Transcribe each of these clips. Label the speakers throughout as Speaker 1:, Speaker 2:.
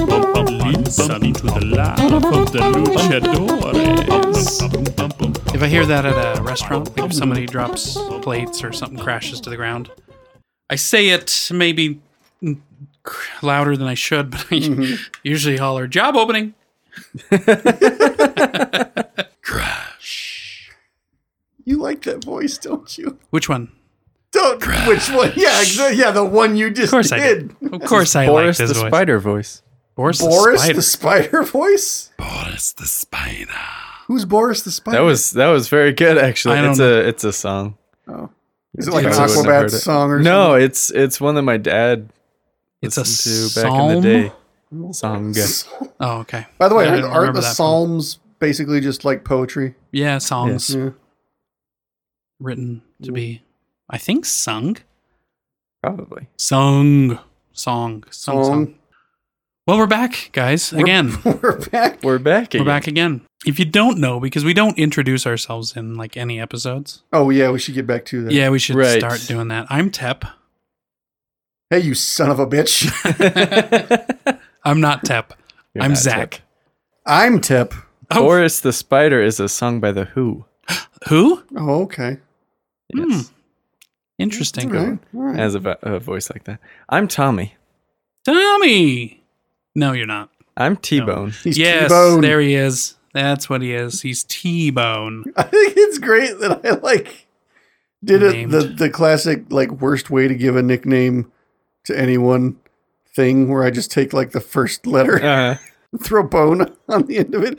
Speaker 1: Listen to the laugh of the luchadores.
Speaker 2: If I hear that at a restaurant, like if somebody drops plates or something crashes to the ground, I say it maybe louder than I should, but I
Speaker 3: Mm-hmm.
Speaker 2: usually holler, job opening.
Speaker 4: You like that voice, don't you?
Speaker 2: Which one?
Speaker 4: Don't which one? Yeah, exactly. Yeah, the one you just
Speaker 2: Of course I
Speaker 4: did.
Speaker 2: did. Of course I like
Speaker 3: Boris
Speaker 2: this
Speaker 3: the
Speaker 2: voice.
Speaker 3: spider voice.
Speaker 2: Boris,
Speaker 4: Boris
Speaker 2: the
Speaker 4: the
Speaker 2: spider.
Speaker 4: spider voice.
Speaker 1: Boris the Spider.
Speaker 4: Who's Boris the spider?
Speaker 3: That was that was very good actually.
Speaker 2: I don't
Speaker 3: It's
Speaker 2: know.
Speaker 3: a it's a song.
Speaker 4: Oh. Is it like
Speaker 2: Yeah,
Speaker 4: an
Speaker 2: I wouldn't have
Speaker 4: Aquabat
Speaker 3: heard it.
Speaker 4: song or
Speaker 3: No, it's it's one that my dad
Speaker 2: It's a
Speaker 3: listened to back
Speaker 2: psalm.
Speaker 3: in the day. Song.
Speaker 4: something?
Speaker 2: Oh, okay.
Speaker 4: By the way,
Speaker 2: Yeah, I
Speaker 4: aren't-
Speaker 2: don't
Speaker 4: aren't
Speaker 2: remember
Speaker 4: the
Speaker 2: that one.
Speaker 4: Psalms basically just like poetry?
Speaker 2: Yeah, songs
Speaker 4: Yeah.
Speaker 2: written to be, I think, sung.
Speaker 3: Probably.
Speaker 2: Sung. Song. Sung.
Speaker 4: Song.
Speaker 2: Song. Well, we're back, guys. Again.
Speaker 4: We're back.
Speaker 3: We're back
Speaker 2: We're
Speaker 3: again.
Speaker 2: back again. If you don't know, because we don't introduce ourselves in like any episodes.
Speaker 4: Oh yeah, we should get back to that.
Speaker 2: Yeah, we should
Speaker 3: Right.
Speaker 2: start doing that. I'm Tep.
Speaker 4: Hey, you son of a bitch.
Speaker 2: I'm not Tep.
Speaker 3: You're
Speaker 2: I'm
Speaker 3: not
Speaker 2: Zach.
Speaker 3: Tep.
Speaker 4: I'm Tip.
Speaker 2: Oh.
Speaker 3: Boris the Spider is a song by The Who.
Speaker 2: Who?
Speaker 4: Oh, okay.
Speaker 3: Yes.
Speaker 2: Hmm. Interesting.
Speaker 4: All right. All right.
Speaker 3: Has a, vo- a voice like that. I'm Tommy.
Speaker 2: Tommy. No, you're not.
Speaker 3: I'm T-Bone.
Speaker 4: He's
Speaker 2: yes,
Speaker 4: T-boned.
Speaker 2: there he is. That's what he is. He's T-Bone.
Speaker 4: I think it's great that I like did it
Speaker 2: Named.
Speaker 4: the the classic like worst way to give a nickname to anyone thing where I just take like the first letter
Speaker 3: Uh,
Speaker 4: and throw bone on the end of it.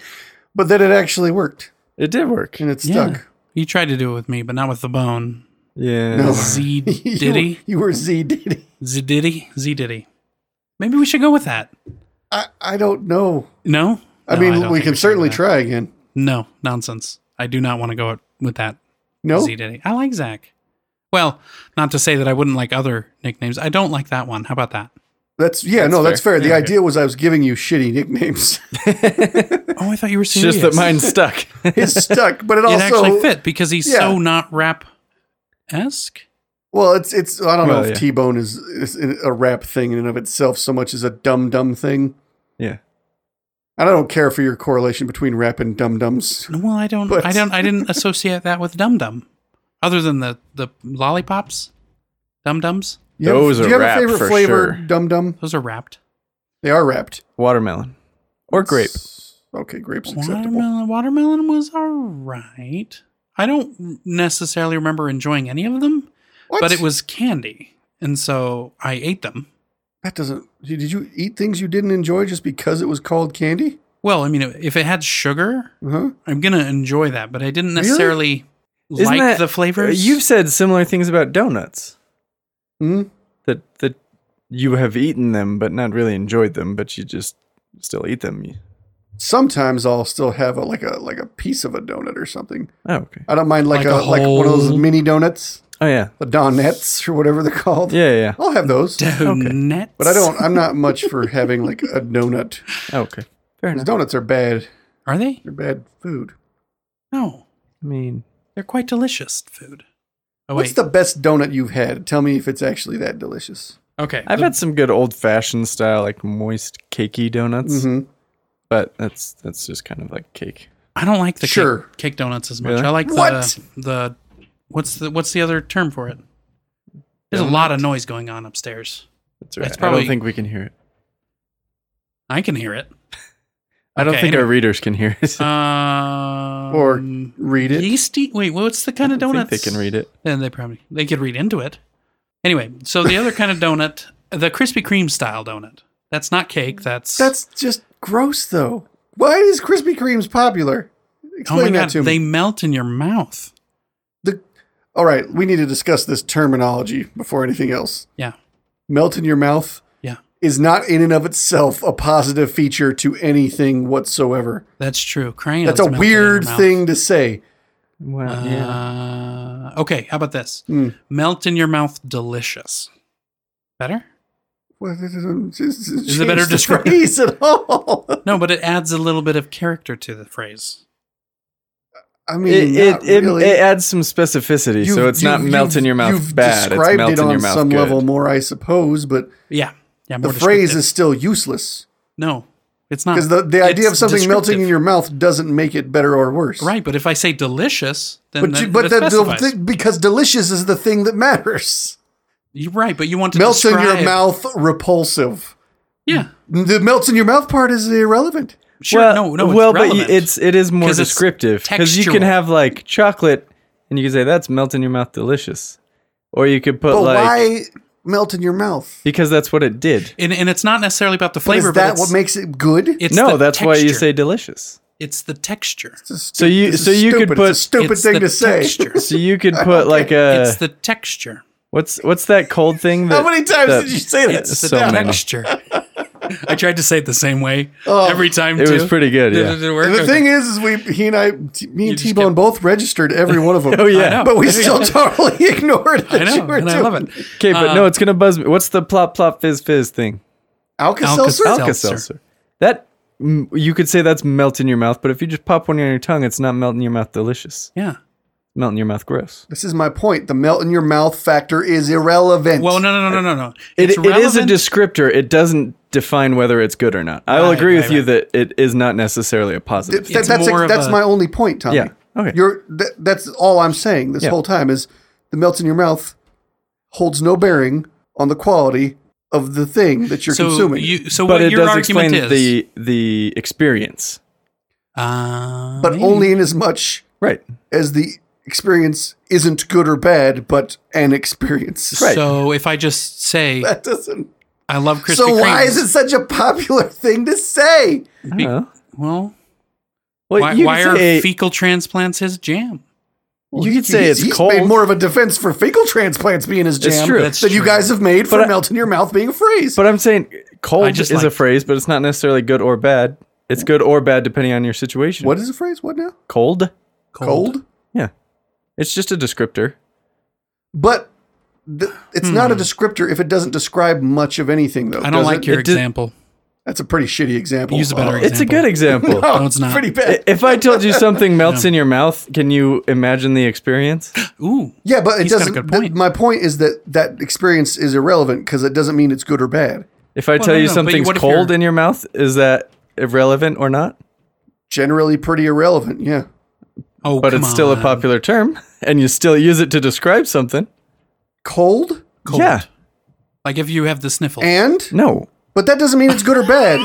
Speaker 4: But then it actually worked
Speaker 3: it did work.
Speaker 4: and it
Speaker 2: Yeah.
Speaker 4: stuck.
Speaker 2: He tried to do it with me, but not with the bone.
Speaker 3: Yeah.
Speaker 4: No.
Speaker 2: Z
Speaker 4: You
Speaker 2: Diddy.
Speaker 4: were- You were Z Diddy.
Speaker 2: Z Diddy. Z Diddy. Maybe we should go with that.
Speaker 4: I, I don't know.
Speaker 2: No?
Speaker 4: I
Speaker 2: No,
Speaker 4: mean,
Speaker 2: don't
Speaker 4: we
Speaker 2: think
Speaker 4: can
Speaker 2: should
Speaker 4: certainly
Speaker 2: do that.
Speaker 4: try again.
Speaker 2: No, nonsense. I do not want to go with that.
Speaker 4: No,
Speaker 2: Z Diddy. I like Zach. Well, not to say that I wouldn't like other nicknames. I don't like that one. How about that?
Speaker 4: that's yeah,
Speaker 3: That's
Speaker 4: no, that's
Speaker 3: fair.
Speaker 4: fair. The
Speaker 3: Yeah.
Speaker 4: idea was I was giving you shitty nicknames.
Speaker 2: Oh, I thought you were
Speaker 3: It's
Speaker 2: serious.
Speaker 3: just that mine stuck.
Speaker 4: it stuck, but it,
Speaker 2: It
Speaker 4: also
Speaker 2: actually fit because he's so
Speaker 4: yeah.
Speaker 2: not rap esque.
Speaker 4: Well, it's it's I don't
Speaker 3: Well,
Speaker 4: know if
Speaker 3: yeah.
Speaker 4: T Bone is, is a rap thing in and of itself so much as a dumb dumb thing.
Speaker 3: yeah.
Speaker 4: And I don't care for your correlation between rap and dum dums.
Speaker 2: Well, I don't.
Speaker 4: But-
Speaker 2: I don't. I didn't associate that with Dum Dum, other than the the lollipops, Dum Dums.
Speaker 3: Those are rap for sure.
Speaker 4: Dum dum.
Speaker 2: Those are wrapped.
Speaker 4: They are wrapped.
Speaker 3: Watermelon. Or grape.
Speaker 4: Okay, grapes acceptable.
Speaker 2: Watermelon. Watermelon was all right. I don't necessarily remember enjoying any of them,
Speaker 4: What?
Speaker 2: but it was candy, and so I ate them.
Speaker 4: that doesn't. Did you eat things you didn't enjoy just because it was called candy?
Speaker 2: Well, I mean, if it had sugar,
Speaker 4: Huh?
Speaker 2: I'm gonna enjoy that, but I didn't
Speaker 4: Really?
Speaker 2: necessarily
Speaker 3: Isn't
Speaker 2: like
Speaker 3: that-
Speaker 2: the flavors.
Speaker 3: You've said similar things about donuts.
Speaker 4: Mm?
Speaker 3: That that you have eaten them but not really enjoyed them, but you just still eat them. You-
Speaker 4: Sometimes I'll still have a like a like a piece of a donut or something.
Speaker 3: Oh, okay.
Speaker 4: I don't mind like,
Speaker 2: Like
Speaker 4: a,
Speaker 2: a
Speaker 4: like one of those
Speaker 2: whole-
Speaker 4: mini donuts,
Speaker 3: Oh yeah.
Speaker 4: the donuts or whatever they're called.
Speaker 3: Yeah, yeah.
Speaker 4: I'll have those.
Speaker 2: donuts,
Speaker 4: But I don't. I'm not much for having like a donut.
Speaker 3: Oh, okay. Fair enough.
Speaker 4: Donuts are bad.
Speaker 2: Are they?
Speaker 4: They're bad food.
Speaker 2: No,
Speaker 3: I mean,
Speaker 2: they're quite delicious food. Oh
Speaker 4: What's
Speaker 2: wait,
Speaker 4: the best donut you've had? Tell me if it's actually that delicious.
Speaker 2: okay.
Speaker 3: I've
Speaker 2: the-
Speaker 3: had some good old-fashioned style like moist cakey donuts,
Speaker 4: Mm-hmm.
Speaker 3: but that's that's just kind of like cake.
Speaker 2: I don't like the
Speaker 4: Sure.
Speaker 2: cake, cake donuts as much.
Speaker 3: Really?
Speaker 2: I like the
Speaker 4: What?
Speaker 2: the what's the what's the other term for it? There's a lot of noise going on upstairs.
Speaker 3: That's right.
Speaker 2: It's
Speaker 3: I
Speaker 2: probably-
Speaker 3: don't think we can hear it.
Speaker 2: I can hear it.
Speaker 3: I don't
Speaker 2: Okay,
Speaker 3: think our
Speaker 2: anyway.
Speaker 3: readers can hear it.
Speaker 2: Um,
Speaker 4: Or Read it.
Speaker 2: yeasty. Wait, what's the kind of
Speaker 3: I don't
Speaker 2: donuts?
Speaker 3: think they can read it.
Speaker 2: Then they probably they could read into it. Anyway, so the other kind of donut, the Krispy Kreme style donut. That's not cake. That's
Speaker 4: That's just gross, though. Why is Krispy Kreme's popular?
Speaker 2: oh my
Speaker 4: Explain
Speaker 2: god,
Speaker 4: that to
Speaker 2: they
Speaker 4: me.
Speaker 2: melt in your mouth.
Speaker 4: The, all right, we need to discuss this terminology before anything else.
Speaker 2: Yeah,
Speaker 4: Melt in your mouth
Speaker 2: yeah,
Speaker 4: is not in and of itself a positive feature to anything whatsoever.
Speaker 2: that's true. Crayons.
Speaker 4: That's a
Speaker 2: melt in your
Speaker 4: weird
Speaker 2: mouth.
Speaker 4: thing to say.
Speaker 3: Well,
Speaker 2: Uh, okay, how about this?
Speaker 4: Hmm.
Speaker 2: Melt in your mouth, delicious. Better?
Speaker 4: Well, it doesn't- it's- it's
Speaker 2: Is it better
Speaker 4: changed the
Speaker 2: described?
Speaker 4: phrase at all?
Speaker 2: No, but it adds a little bit of character to the phrase.
Speaker 4: I mean,
Speaker 3: It, it,
Speaker 4: not
Speaker 3: it,
Speaker 4: really.
Speaker 3: it adds some specificity,
Speaker 4: You've-
Speaker 3: so it's not
Speaker 4: you've-
Speaker 3: melt in your mouth
Speaker 4: you've
Speaker 3: bad. It's
Speaker 4: described
Speaker 3: melt
Speaker 4: it
Speaker 3: in
Speaker 4: on
Speaker 3: your mouth
Speaker 4: some
Speaker 3: good.
Speaker 4: level more, I suppose, but
Speaker 2: Yeah. Yeah.
Speaker 4: the
Speaker 2: More
Speaker 4: phrase
Speaker 2: descriptive.
Speaker 4: is still useless
Speaker 2: no. It's not
Speaker 4: because the, the idea of
Speaker 2: It's
Speaker 4: something melting in
Speaker 2: descriptive.
Speaker 4: your mouth doesn't make it better or worse.
Speaker 2: right, but if I say delicious, then
Speaker 4: But
Speaker 2: that,
Speaker 4: you, but
Speaker 2: that
Speaker 4: the, the,
Speaker 2: specifies.
Speaker 4: thing- because delicious is the thing that matters.
Speaker 2: You're right, but you want to
Speaker 4: Melts in your
Speaker 2: describe-
Speaker 4: mouth, repulsive.
Speaker 2: Yeah.
Speaker 4: The melts in your mouth part is irrelevant.
Speaker 2: Sure. no. No. It's
Speaker 3: well,
Speaker 2: relevant.
Speaker 3: but y- it's it is more
Speaker 2: 'Cause it's
Speaker 3: descriptive because you can
Speaker 2: textual.
Speaker 3: have like chocolate, and you can say that's melt in your mouth delicious, or you could put
Speaker 4: But
Speaker 3: like
Speaker 4: why melt in your mouth?
Speaker 3: because that's what it did.
Speaker 2: and, and it's not necessarily about the
Speaker 4: But
Speaker 2: flavor.
Speaker 4: is that
Speaker 2: it's,
Speaker 4: what makes it good?
Speaker 2: it's
Speaker 3: no,
Speaker 2: the
Speaker 3: that's why you
Speaker 2: texture.
Speaker 3: say delicious.
Speaker 2: it's the texture.
Speaker 4: It's a stu-
Speaker 3: So you-
Speaker 4: this is
Speaker 3: so you could
Speaker 4: stupid.
Speaker 3: put-
Speaker 4: it's a stupid
Speaker 2: It's
Speaker 4: thing
Speaker 2: the
Speaker 4: to say.
Speaker 2: texture.
Speaker 3: So you could put like a
Speaker 2: it's the texture.
Speaker 3: what's what's that cold thing? That,
Speaker 4: How many times
Speaker 3: that-
Speaker 4: did you say that?
Speaker 2: It's the
Speaker 3: so many.
Speaker 2: texture. I tried to say it the same way
Speaker 4: Oh.
Speaker 2: every time.
Speaker 3: It
Speaker 2: too.
Speaker 3: was pretty good.
Speaker 2: Did,
Speaker 3: Yeah.
Speaker 2: did it work?
Speaker 4: And the
Speaker 2: Okay.
Speaker 4: thing is, is we he and I, t- me and
Speaker 2: just
Speaker 4: T Bone
Speaker 2: get-
Speaker 4: both registered every one of them.
Speaker 3: Oh
Speaker 2: I know.
Speaker 3: yeah.
Speaker 4: but we still totally ignored that
Speaker 2: I
Speaker 4: you
Speaker 2: know,
Speaker 4: were
Speaker 2: and
Speaker 4: doing.
Speaker 2: I love it.
Speaker 3: Okay, but
Speaker 2: Uh,
Speaker 3: no, it's gonna buzz me. What's the plop plop fizz fizz thing?
Speaker 4: Alka Seltzer.
Speaker 2: Alka-Seltzer.
Speaker 3: Alka Seltzer. That mm, you could say that's melt in your mouth, but if you just pop one on your tongue, it's not melt in your mouth delicious.
Speaker 2: Yeah.
Speaker 3: Melt in your mouth gross.
Speaker 4: This is my point. The melt in your mouth factor is irrelevant.
Speaker 2: Well, no, no, no, no, no, no.
Speaker 3: It,
Speaker 2: It's
Speaker 3: it is a
Speaker 2: relevant.
Speaker 3: descriptor. It doesn't define whether it's good or not. I will
Speaker 2: Right,
Speaker 3: agree
Speaker 2: right,
Speaker 3: with you
Speaker 2: right.
Speaker 3: that it is not necessarily a positive.
Speaker 4: Th-
Speaker 3: thing.
Speaker 2: it's
Speaker 4: that's
Speaker 2: more of
Speaker 4: that's
Speaker 2: a-
Speaker 4: my only point, Tommy.
Speaker 3: Yeah, okay.
Speaker 4: You're that, that's all I'm saying this
Speaker 3: Yeah.
Speaker 4: whole time is the melt in your mouth holds no bearing on the quality of the thing that you're
Speaker 2: so
Speaker 4: consuming.
Speaker 2: you. So
Speaker 3: but
Speaker 2: what
Speaker 3: it
Speaker 2: your
Speaker 3: does
Speaker 2: argument
Speaker 3: explain
Speaker 2: is?
Speaker 3: the the experience.
Speaker 2: uh,
Speaker 4: but only in as much
Speaker 3: Right.
Speaker 4: as the experience isn't good or bad, but an experience.
Speaker 3: Right.
Speaker 2: So if I just say
Speaker 4: That doesn't.
Speaker 2: I love Krispy
Speaker 4: so
Speaker 2: Kreme,
Speaker 4: why is it such a popular thing to say?
Speaker 3: I don't know.
Speaker 2: Well,
Speaker 3: Well,
Speaker 2: why,
Speaker 3: you
Speaker 2: why
Speaker 3: could
Speaker 2: are
Speaker 3: say,
Speaker 2: fecal transplants his jam?
Speaker 3: you could say
Speaker 4: he's,
Speaker 3: it's
Speaker 4: he's
Speaker 3: cold.
Speaker 4: made more of a defense for fecal transplants being his
Speaker 3: It's
Speaker 4: jam
Speaker 3: true.
Speaker 2: That's
Speaker 4: than you
Speaker 2: true.
Speaker 4: guys have made for
Speaker 3: But I-
Speaker 4: melt in your mouth being a phrase.
Speaker 3: but I'm saying
Speaker 2: I
Speaker 3: cold
Speaker 2: just
Speaker 3: is
Speaker 2: like-
Speaker 3: a phrase, but it's not necessarily good or bad. It's good or bad depending on your situation.
Speaker 4: what is the phrase? What now?
Speaker 3: cold?
Speaker 4: Cold.
Speaker 3: Yeah. It's just a descriptor.
Speaker 4: But th- it's not a descriptor if it doesn't describe much of anything, though.
Speaker 2: Hmm. I don't
Speaker 4: does
Speaker 2: like
Speaker 4: it?
Speaker 2: your
Speaker 3: it did-
Speaker 2: example.
Speaker 4: That's a pretty shitty example. Oh.
Speaker 2: Use a better
Speaker 3: It's a good example.
Speaker 2: No, it's not.
Speaker 4: Pretty
Speaker 3: I-
Speaker 4: bad.
Speaker 3: If I told you something melts in your mouth, can you imagine the experience?
Speaker 2: Ooh,
Speaker 4: Yeah, but it
Speaker 2: He's got a
Speaker 4: doesn't.
Speaker 2: good
Speaker 4: th-
Speaker 2: point.
Speaker 4: my point is that that experience is irrelevant because it doesn't mean it's good or bad.
Speaker 3: If I
Speaker 2: Well,
Speaker 3: tell
Speaker 2: no,
Speaker 3: you
Speaker 2: no, but
Speaker 3: something's
Speaker 2: what if
Speaker 3: cold
Speaker 2: you're-
Speaker 3: in your mouth, is that irrelevant or not?
Speaker 4: Generally, pretty irrelevant. Yeah.
Speaker 2: oh,
Speaker 3: But
Speaker 2: come
Speaker 3: it's still a
Speaker 2: on.
Speaker 3: popular term, and you still use it to describe something.
Speaker 4: Cold
Speaker 2: Cold.
Speaker 3: Yeah,
Speaker 2: Like if you have the sniffle.
Speaker 4: and,
Speaker 3: no,
Speaker 4: but that doesn't mean it's good or bad.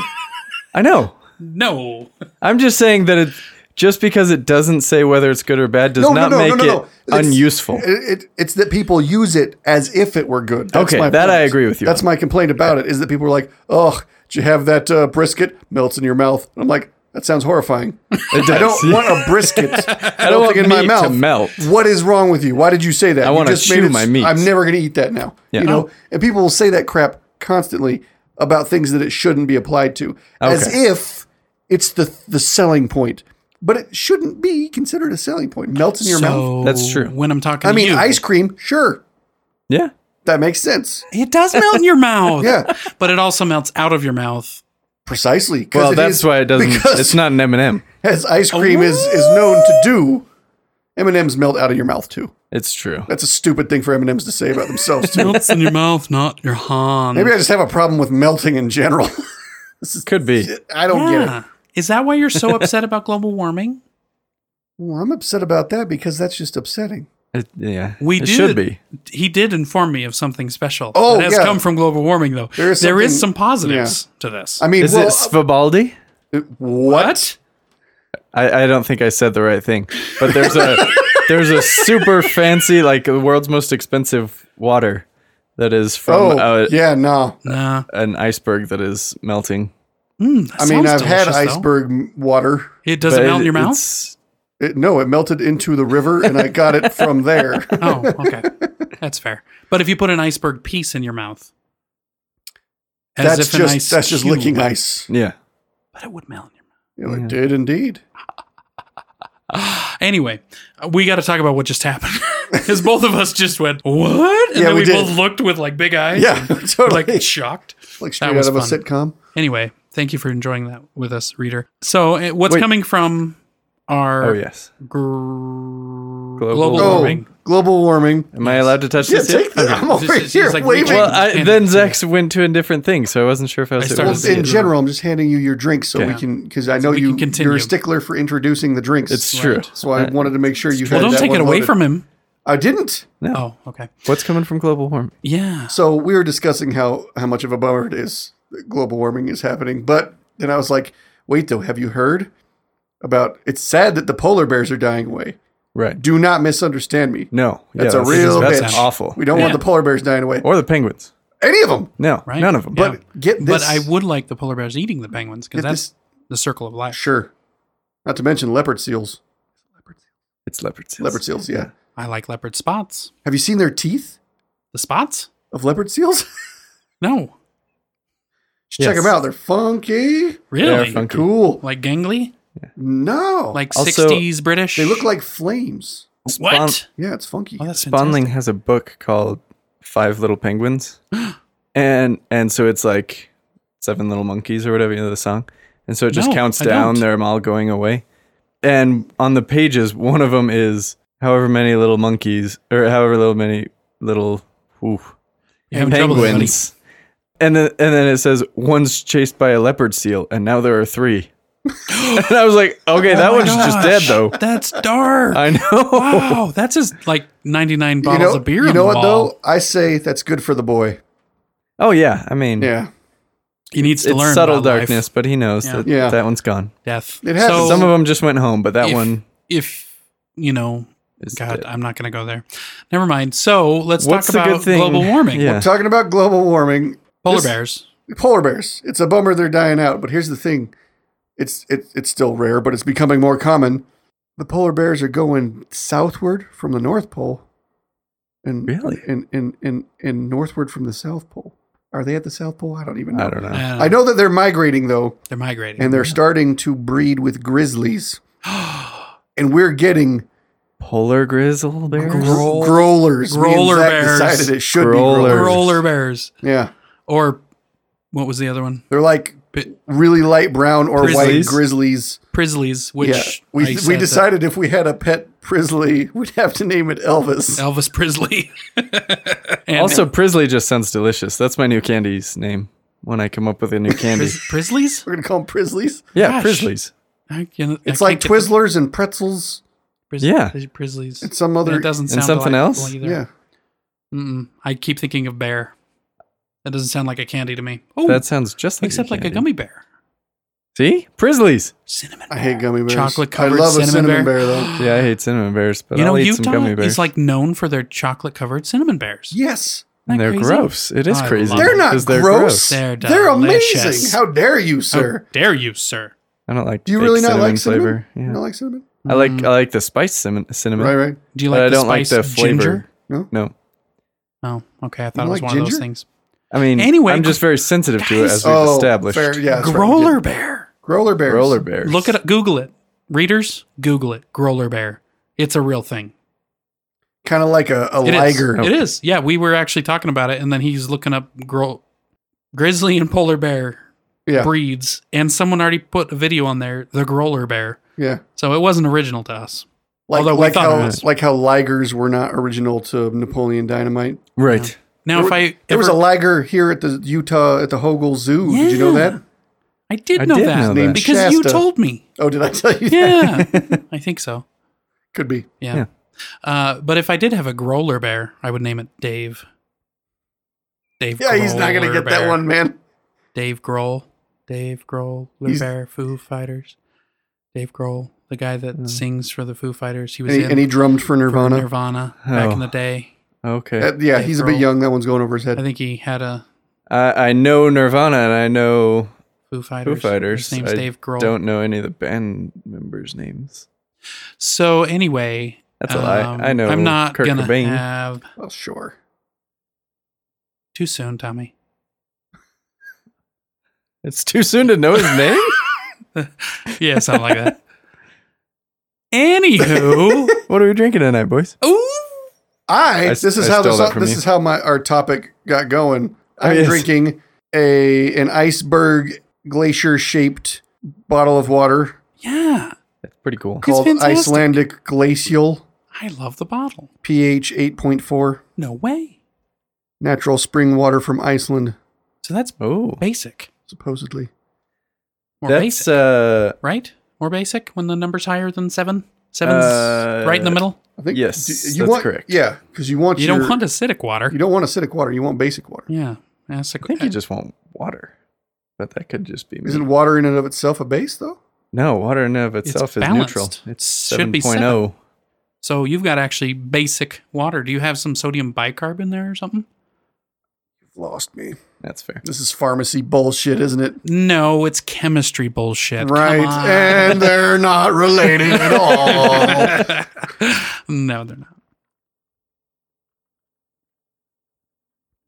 Speaker 3: I know.
Speaker 2: no.
Speaker 3: I'm just saying that it just because it doesn't say whether it's good or bad does
Speaker 4: No, no,
Speaker 3: not
Speaker 4: no, no,
Speaker 3: make
Speaker 4: no, no.
Speaker 3: it
Speaker 4: It's-
Speaker 3: unuseful.
Speaker 4: It, it, it's that people use it as if it were good. That's
Speaker 3: Okay,
Speaker 4: my
Speaker 3: that I agree with you
Speaker 4: That's
Speaker 3: on.
Speaker 4: my complaint about it is that people are like, "Ugh, did you have that uh, brisket melts in your mouth?" And I'm like, "That sounds horrifying. I
Speaker 3: does.
Speaker 4: don't want a brisket. I
Speaker 3: don't want meat to melt.
Speaker 4: What is wrong with you? Why did you say that? I
Speaker 3: wanna chew
Speaker 4: it,
Speaker 3: my
Speaker 4: s-
Speaker 3: meat.
Speaker 4: I'm never going to eat that now.
Speaker 3: Yeah.
Speaker 4: You know, and people will say that crap constantly about things that it shouldn't be applied to, as
Speaker 3: Okay.
Speaker 4: if it's the the selling point. But it shouldn't be considered a selling point. Melts in your mouth.
Speaker 2: So
Speaker 3: That's true.
Speaker 2: When I'm talking,
Speaker 4: I
Speaker 2: to
Speaker 4: mean,
Speaker 2: you,
Speaker 4: ice cream, sure.
Speaker 3: Yeah,
Speaker 4: That makes sense.
Speaker 2: It does melt in your mouth.
Speaker 4: Yeah.
Speaker 2: but it also melts out of your mouth.
Speaker 4: Precisely. 'cause
Speaker 3: well,
Speaker 4: it
Speaker 3: that's
Speaker 4: is-
Speaker 3: why it doesn't.
Speaker 4: Because
Speaker 3: It's not an M and M.
Speaker 4: as ice cream is, is known to do, M&Ms melt out of your mouth too.
Speaker 3: It's true.
Speaker 4: That's a stupid thing for M&Ms to say about themselves too.
Speaker 2: Melts in your mouth, not your hand.
Speaker 4: Maybe I just have a problem with melting in general.
Speaker 3: Could be.
Speaker 4: I don't get it.
Speaker 2: yeah. Is that why you're so upset about global warming?
Speaker 4: Well, I'm upset about that because that's just upsetting.
Speaker 3: It- yeah,
Speaker 2: We
Speaker 3: it
Speaker 2: did.
Speaker 3: should be.
Speaker 2: He did inform me of something special.
Speaker 4: Oh,
Speaker 2: that has
Speaker 4: yeah.
Speaker 2: come from global warming, though.
Speaker 4: There is
Speaker 2: there is
Speaker 4: something-
Speaker 2: some positives to this.
Speaker 4: I mean,
Speaker 3: Is
Speaker 4: well,
Speaker 3: it Svibaldi?
Speaker 4: uh, what?
Speaker 3: I, I don't think I said the right thing, but there's a there's a super fancy like the world's most expensive water that is
Speaker 4: Oh,
Speaker 3: from uh
Speaker 4: yeah, no.
Speaker 2: Nah.
Speaker 3: an iceberg that is melting.
Speaker 2: That
Speaker 4: I mean, I've
Speaker 2: sounds
Speaker 4: had
Speaker 2: delicious, though.
Speaker 4: iceberg m- water.
Speaker 2: It doesn't
Speaker 3: But
Speaker 2: melt in your mouth.
Speaker 3: it's-
Speaker 4: It, no, it melted into the river and I got it from there.
Speaker 2: Oh, okay, that's fair. But if you put an iceberg piece in your mouth, as
Speaker 4: that's
Speaker 2: if an
Speaker 4: just
Speaker 2: ice
Speaker 4: that's just
Speaker 2: cube-
Speaker 4: licking ice.
Speaker 3: Yeah.
Speaker 2: but it would melt in your mouth.
Speaker 4: It did indeed.
Speaker 2: Anyway, uh, we got to talk about what just happened. Because both of us just went, what? And
Speaker 4: Yeah,
Speaker 2: then
Speaker 4: we
Speaker 2: we,
Speaker 4: did.
Speaker 2: both looked with like big eyes.
Speaker 4: Yeah,
Speaker 2: and,
Speaker 4: totally.
Speaker 2: Like shocked.
Speaker 4: Like straight out
Speaker 2: was
Speaker 4: of a
Speaker 2: fun.
Speaker 4: sitcom.
Speaker 2: Anyway, thank you for enjoying that with us, reader. So, uh, what's
Speaker 3: Wait.
Speaker 2: coming from are
Speaker 3: Oh yes.
Speaker 2: gr- global,
Speaker 3: Oh.
Speaker 2: warming.
Speaker 4: global warming.
Speaker 3: Am I allowed to touch
Speaker 4: Yeah,
Speaker 3: this? yet?
Speaker 4: take that. I'm
Speaker 2: This
Speaker 4: over
Speaker 2: is- he's
Speaker 4: here
Speaker 2: like
Speaker 4: waving.
Speaker 2: reaching-
Speaker 3: Well, I,
Speaker 2: And-
Speaker 3: then Zex went to a different thing, so I wasn't sure if I was.
Speaker 2: started
Speaker 3: it was-
Speaker 2: to
Speaker 4: in general, I'm just handing you your drink so we
Speaker 3: Yeah.
Speaker 4: can, because I know
Speaker 2: we can
Speaker 4: you,
Speaker 2: continue.
Speaker 4: you're a stickler for introducing the drinks.
Speaker 3: it's true.
Speaker 4: so I wanted to make sure you
Speaker 2: Well,
Speaker 4: had
Speaker 2: don't
Speaker 4: that
Speaker 2: take
Speaker 4: one
Speaker 2: it away
Speaker 4: loaded.
Speaker 2: from him.
Speaker 4: I didn't.
Speaker 2: Oh, okay.
Speaker 3: What's coming from global warming?
Speaker 2: Yeah.
Speaker 4: So we were discussing how how much of a bummer it is that global warming is happening, but then I was like, wait though, have you heard about? It's sad that the polar bears are dying away.
Speaker 3: Right.
Speaker 4: Do not misunderstand me.
Speaker 3: No.
Speaker 4: That's a
Speaker 3: this
Speaker 4: real
Speaker 3: that's
Speaker 4: bitch.
Speaker 3: awful.
Speaker 4: We don't
Speaker 2: Yeah.
Speaker 4: want the polar bears dying away.
Speaker 3: or the penguins.
Speaker 4: Any of them.
Speaker 3: No,
Speaker 2: Right.
Speaker 3: none of them.
Speaker 2: Yeah.
Speaker 3: But
Speaker 4: But get
Speaker 2: But
Speaker 4: this.
Speaker 2: I would like the polar bears eating the penguins because
Speaker 4: get
Speaker 2: that's
Speaker 4: this.
Speaker 2: the circle of life.
Speaker 4: Sure. Not to mention leopard seals.
Speaker 3: it's leopard seals.
Speaker 4: Leopard seals. Yeah.
Speaker 2: I like leopard spots.
Speaker 4: Have you seen their teeth
Speaker 2: The spots?
Speaker 4: of leopard seals?
Speaker 2: No.
Speaker 4: Should Check
Speaker 3: Yes.
Speaker 4: them out. They're funky.
Speaker 3: They're
Speaker 2: Really?
Speaker 3: funky.
Speaker 4: Cool.
Speaker 2: Like gangly?
Speaker 4: No.
Speaker 2: Like
Speaker 3: Also,
Speaker 2: 60s British?
Speaker 4: they look like flames.
Speaker 2: What?
Speaker 3: Spon-
Speaker 4: Yeah, it's funky.
Speaker 2: Oh, that's
Speaker 3: Sponling
Speaker 2: fantastic.
Speaker 3: has a book called Five Little Penguins, and and so it's like seven little monkeys or whatever you know the song, and so it just
Speaker 2: No,
Speaker 3: counts
Speaker 2: I
Speaker 3: down
Speaker 2: don't.
Speaker 3: them all going away, and on the pages one of them is however many little monkeys or however little many little ooh,
Speaker 2: You're having trouble with this, buddy.
Speaker 3: penguins. And then, and then it says one's chased by a leopard seal, and now there are three. and I was like, okay, that
Speaker 2: Oh my
Speaker 3: one's just
Speaker 2: gosh.
Speaker 3: dead though.
Speaker 2: That's dark.
Speaker 3: I know.
Speaker 2: wow. That's as like 99 bottles of beer.
Speaker 4: You
Speaker 2: in
Speaker 4: know
Speaker 2: the
Speaker 4: what
Speaker 2: ball.
Speaker 4: though? I say that's good for the boy.
Speaker 3: Oh yeah, I mean,
Speaker 4: Yeah,
Speaker 2: He needs to
Speaker 3: it's
Speaker 2: learn
Speaker 3: subtle
Speaker 2: about life,
Speaker 3: darkness, but he knows
Speaker 2: Yeah.
Speaker 3: that
Speaker 4: Yeah.
Speaker 3: that one's gone.
Speaker 2: death.
Speaker 4: It happens.
Speaker 2: So
Speaker 3: Some of them just went home, but that
Speaker 2: if,
Speaker 3: one
Speaker 2: if you know,
Speaker 3: is
Speaker 2: God,
Speaker 3: dead.
Speaker 2: I'm not going to go there. Never mind. So let's
Speaker 3: What's
Speaker 2: talk
Speaker 3: the good
Speaker 2: about
Speaker 3: thing?
Speaker 2: global warming.
Speaker 3: Yeah.
Speaker 4: talking about global warming,
Speaker 2: Polar
Speaker 4: This-
Speaker 2: bears.
Speaker 4: polar bears. It's a bummer they're dying out, but here's the thing: it's it, it's still rare, but it's becoming more common. The polar bears are going southward from the North Pole, and
Speaker 3: Really?
Speaker 4: and and and, and northward from the South Pole. Are they at the South Pole? I don't even know.
Speaker 3: I don't know.
Speaker 2: Uh,
Speaker 4: I know that they're migrating though,
Speaker 2: they're migrating.
Speaker 4: and they're starting to breed with grizzlies, and we're getting
Speaker 3: Polar grizzle bears.
Speaker 2: Growl-
Speaker 4: growlers. Me and
Speaker 2: growler
Speaker 4: Zach
Speaker 2: bears.
Speaker 4: Decided it should be
Speaker 3: Growlers.
Speaker 4: growlers.
Speaker 2: roller bears,
Speaker 4: Yeah,
Speaker 2: or what was the other one?
Speaker 4: they're like
Speaker 2: P-
Speaker 4: really light brown or white
Speaker 3: Grizzlies?
Speaker 4: grizzlies.
Speaker 2: Prisleys, which
Speaker 4: yeah, we
Speaker 2: I said
Speaker 4: we
Speaker 2: that
Speaker 4: decided if we had a pet grizzly, we'd have to name it Elvis.
Speaker 2: Elvis Prisley. And
Speaker 3: Also, Prisley just sounds delicious. That's my new candy's name when I come up with a new candy.
Speaker 2: Pris- Prisleys.
Speaker 4: We're gonna call them Prisleys.
Speaker 3: yeah,
Speaker 2: Gosh.
Speaker 3: Prisleys.
Speaker 2: I can,
Speaker 4: It's like Twizzlers and pretzels
Speaker 2: Pris-
Speaker 3: Yeah.
Speaker 2: Prisleys.
Speaker 4: and some
Speaker 2: And
Speaker 4: other.
Speaker 2: it doesn't sound
Speaker 3: And something
Speaker 2: delightful
Speaker 3: else?
Speaker 2: Either.
Speaker 4: yeah,
Speaker 2: Mm-mm. I keep thinking of bear. That doesn't sound like a candy to me. Oh,
Speaker 3: That sounds just like
Speaker 2: except like a
Speaker 3: candy.
Speaker 2: gummy bear,
Speaker 3: See, Prisleys.
Speaker 2: cinnamon.
Speaker 4: I hate gummy bears.
Speaker 2: Chocolate
Speaker 4: I
Speaker 2: covered
Speaker 4: love a
Speaker 2: cinnamon
Speaker 4: cinnamon
Speaker 2: bear.
Speaker 4: bear, though.
Speaker 3: Yeah, I hate cinnamon bears, but
Speaker 2: you know,
Speaker 3: I'll eat some
Speaker 2: Utah
Speaker 3: gummy bears.
Speaker 2: is like known for their chocolate covered cinnamon bears.
Speaker 4: yes,
Speaker 3: and they're
Speaker 2: crazy?
Speaker 3: gross. It is
Speaker 2: I
Speaker 3: crazy.
Speaker 2: love it.
Speaker 4: they're not
Speaker 3: 'cause they're
Speaker 4: gross.
Speaker 2: They're
Speaker 4: They're,
Speaker 2: delicious.
Speaker 4: amazing. How dare you,
Speaker 2: How
Speaker 4: sir?
Speaker 2: dare you, sir?
Speaker 3: I don't like.
Speaker 4: Do you
Speaker 3: fake
Speaker 4: really not
Speaker 3: cinnamon
Speaker 4: like cinnamon?
Speaker 3: flavor?
Speaker 4: You
Speaker 3: Yeah. Mm-hmm.
Speaker 4: don't like cinnamon?
Speaker 3: I like I like the spice cinnamon. cinnamon
Speaker 4: Right, right.
Speaker 2: Do Mm. you
Speaker 3: but
Speaker 2: like
Speaker 3: I
Speaker 2: the
Speaker 3: don't like
Speaker 2: spice
Speaker 3: the flavor.
Speaker 2: ginger?
Speaker 4: No.
Speaker 3: No,
Speaker 2: Oh, okay. I thought
Speaker 4: You
Speaker 2: it was
Speaker 4: like
Speaker 2: one of those
Speaker 4: ginger?
Speaker 2: things.
Speaker 3: I mean,
Speaker 2: Anyway,
Speaker 3: anyway, I'm just very sensitive to it,
Speaker 2: guys-
Speaker 3: as we've established.
Speaker 4: Oh, fair, yeah, that's right, we did.
Speaker 2: Growler bear.
Speaker 4: Growler bears.
Speaker 3: Roller bears.
Speaker 2: Look at it. Google it. Readers, Google it. Growler bear. It's a real thing.
Speaker 4: Kind of like a, a
Speaker 2: It is.
Speaker 4: liger.
Speaker 2: It is. Yeah, we were actually talking about it, and then he's looking up grow- grizzly and polar bear
Speaker 4: Yeah.
Speaker 2: breeds, and someone already put a video on there, the growler bear.
Speaker 4: Yeah.
Speaker 2: So it wasn't original to us.
Speaker 4: Like,
Speaker 2: Although we
Speaker 4: like
Speaker 2: thought it
Speaker 4: how
Speaker 2: was.
Speaker 4: like how ligers were not original to Napoleon Dynamite.
Speaker 3: right.
Speaker 2: Now, if I
Speaker 4: There was a
Speaker 2: ever-
Speaker 4: liger here at the Utah at the Hogel Zoo. Did you know
Speaker 2: Yeah.
Speaker 4: that?
Speaker 2: I did
Speaker 3: I
Speaker 2: know
Speaker 3: did
Speaker 2: that
Speaker 3: know that.
Speaker 2: because you
Speaker 4: Shasta.
Speaker 2: told me.
Speaker 4: Oh, did I tell you? that?
Speaker 2: Yeah, I think so.
Speaker 4: Could be.
Speaker 2: Yeah.
Speaker 3: Yeah.
Speaker 2: Uh, but if I did have a growler bear, I would name it Dave. Dave.
Speaker 4: Yeah, he's not gonna
Speaker 2: Growler
Speaker 4: get
Speaker 2: Bear.
Speaker 4: that one, man.
Speaker 2: Dave Grohl. Dave Grohl, Lou
Speaker 4: He's-
Speaker 2: Bear, Foo Fighters. Dave Grohl, the guy that
Speaker 3: Hmm.
Speaker 2: sings for the Foo Fighters. He was
Speaker 4: And he,
Speaker 2: in
Speaker 4: and he drummed for
Speaker 2: for
Speaker 4: Nirvana.
Speaker 2: Nirvana back
Speaker 3: Oh.
Speaker 2: in the day.
Speaker 3: Okay.
Speaker 4: That- yeah,
Speaker 2: Dave
Speaker 4: he's a
Speaker 2: Grohl.
Speaker 4: bit young. That one's going over his
Speaker 2: I
Speaker 4: head.
Speaker 2: think he had a
Speaker 3: I, I know Nirvana and I know
Speaker 2: Foo Fighters.
Speaker 3: Foo Fighters.
Speaker 2: His name's
Speaker 3: I
Speaker 2: Dave Grohl.
Speaker 3: don't know any of the band members' names.
Speaker 2: So anyway, um,
Speaker 3: That's a lie. I know
Speaker 2: I'm not
Speaker 3: Kurt
Speaker 2: gonna
Speaker 3: Cobain.
Speaker 2: have
Speaker 4: Well, sure.
Speaker 2: too soon, Tommy.
Speaker 3: It's too soon to know his name.
Speaker 2: Yeah, something like that. Anywho,
Speaker 3: what are we drinking tonight, boys?
Speaker 2: ooh,
Speaker 4: I,
Speaker 3: I s-
Speaker 4: this is
Speaker 3: I
Speaker 4: how
Speaker 3: stole
Speaker 4: this,
Speaker 3: that from
Speaker 4: this
Speaker 3: you. Oh,
Speaker 4: is how my our topic got going. I'm
Speaker 3: yes.
Speaker 4: drinking a an iceberg glacier shaped bottle of water
Speaker 2: yeah,
Speaker 3: It's pretty cool.
Speaker 2: It's
Speaker 4: called
Speaker 2: fantastic.
Speaker 4: Icelandic Glacial
Speaker 2: I love the bottle.
Speaker 4: pH 8.4,
Speaker 2: No way.
Speaker 4: natural spring water from Iceland,
Speaker 2: So that's
Speaker 3: Oh,
Speaker 2: basic.
Speaker 4: supposedly.
Speaker 2: More
Speaker 3: that's
Speaker 2: basic,
Speaker 3: uh,
Speaker 2: right? More basic when the number's higher than seven. Seven's
Speaker 3: Uh,
Speaker 2: right in the middle.
Speaker 4: I think
Speaker 3: Yes,
Speaker 4: d-
Speaker 3: that's
Speaker 4: want,
Speaker 3: correct.
Speaker 4: Yeah, because you want
Speaker 2: You
Speaker 4: your,
Speaker 2: don't want acidic water.
Speaker 4: you don't want acidic water. You want basic water.
Speaker 2: Yeah. Acidic.
Speaker 3: I think you just want water. But that could just be me.
Speaker 4: Isn't water in and of itself a base though?
Speaker 3: no water in and of
Speaker 2: It's
Speaker 3: itself is
Speaker 2: balanced.
Speaker 3: neutral. It's
Speaker 2: Should
Speaker 3: seven
Speaker 2: be
Speaker 3: point oh.
Speaker 2: so you've got actually basic water. Do you have some sodium bicarb in there or something?
Speaker 4: You've lost me.
Speaker 3: That's fair.
Speaker 4: This is pharmacy bullshit, isn't it?
Speaker 2: No, it's chemistry bullshit. Come
Speaker 4: Right.
Speaker 2: on.
Speaker 3: Eh.
Speaker 4: And they're not related at all.
Speaker 2: no, they're not.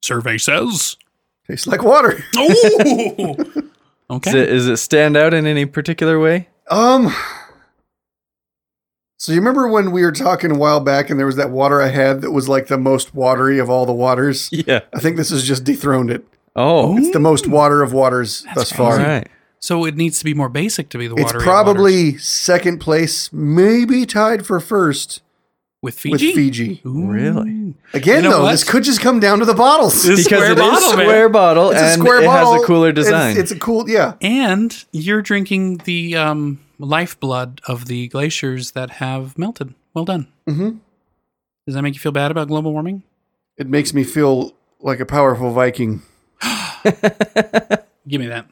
Speaker 2: Survey says.
Speaker 4: Tastes like water.
Speaker 2: Oh. okay.
Speaker 3: Is it is it stand out in any particular way?
Speaker 4: Um So you remember when we were talking a while back and there was that water I had that was like the most watery of all the waters?
Speaker 3: Yeah.
Speaker 4: I think this has just dethroned it.
Speaker 3: Oh.
Speaker 4: It's the most
Speaker 2: Mm.
Speaker 4: water of waters thus
Speaker 3: All
Speaker 4: far.
Speaker 3: right.
Speaker 2: so it needs to be more basic to be the water.
Speaker 4: It's probably second place, maybe tied for first
Speaker 2: with Fiji.
Speaker 4: with Fiji.
Speaker 2: Ooh.
Speaker 3: Really?
Speaker 2: You
Speaker 4: Again,
Speaker 2: know
Speaker 4: though,
Speaker 2: what?
Speaker 4: this could just come down to the bottles.
Speaker 2: This-
Speaker 3: Because
Speaker 2: square
Speaker 3: it is
Speaker 2: bottle, man.
Speaker 3: square bottle
Speaker 4: It's a
Speaker 3: and
Speaker 4: square
Speaker 3: it
Speaker 4: bottle.
Speaker 3: has a cooler
Speaker 4: It's-
Speaker 3: design.
Speaker 4: It's, a cool, yeah.
Speaker 2: And you're drinking the um, lifeblood of the glaciers that have melted. Well done.
Speaker 4: Mhm.
Speaker 2: Does that make you feel bad about global warming?
Speaker 4: It makes me feel like a powerful Viking.
Speaker 2: Give me that.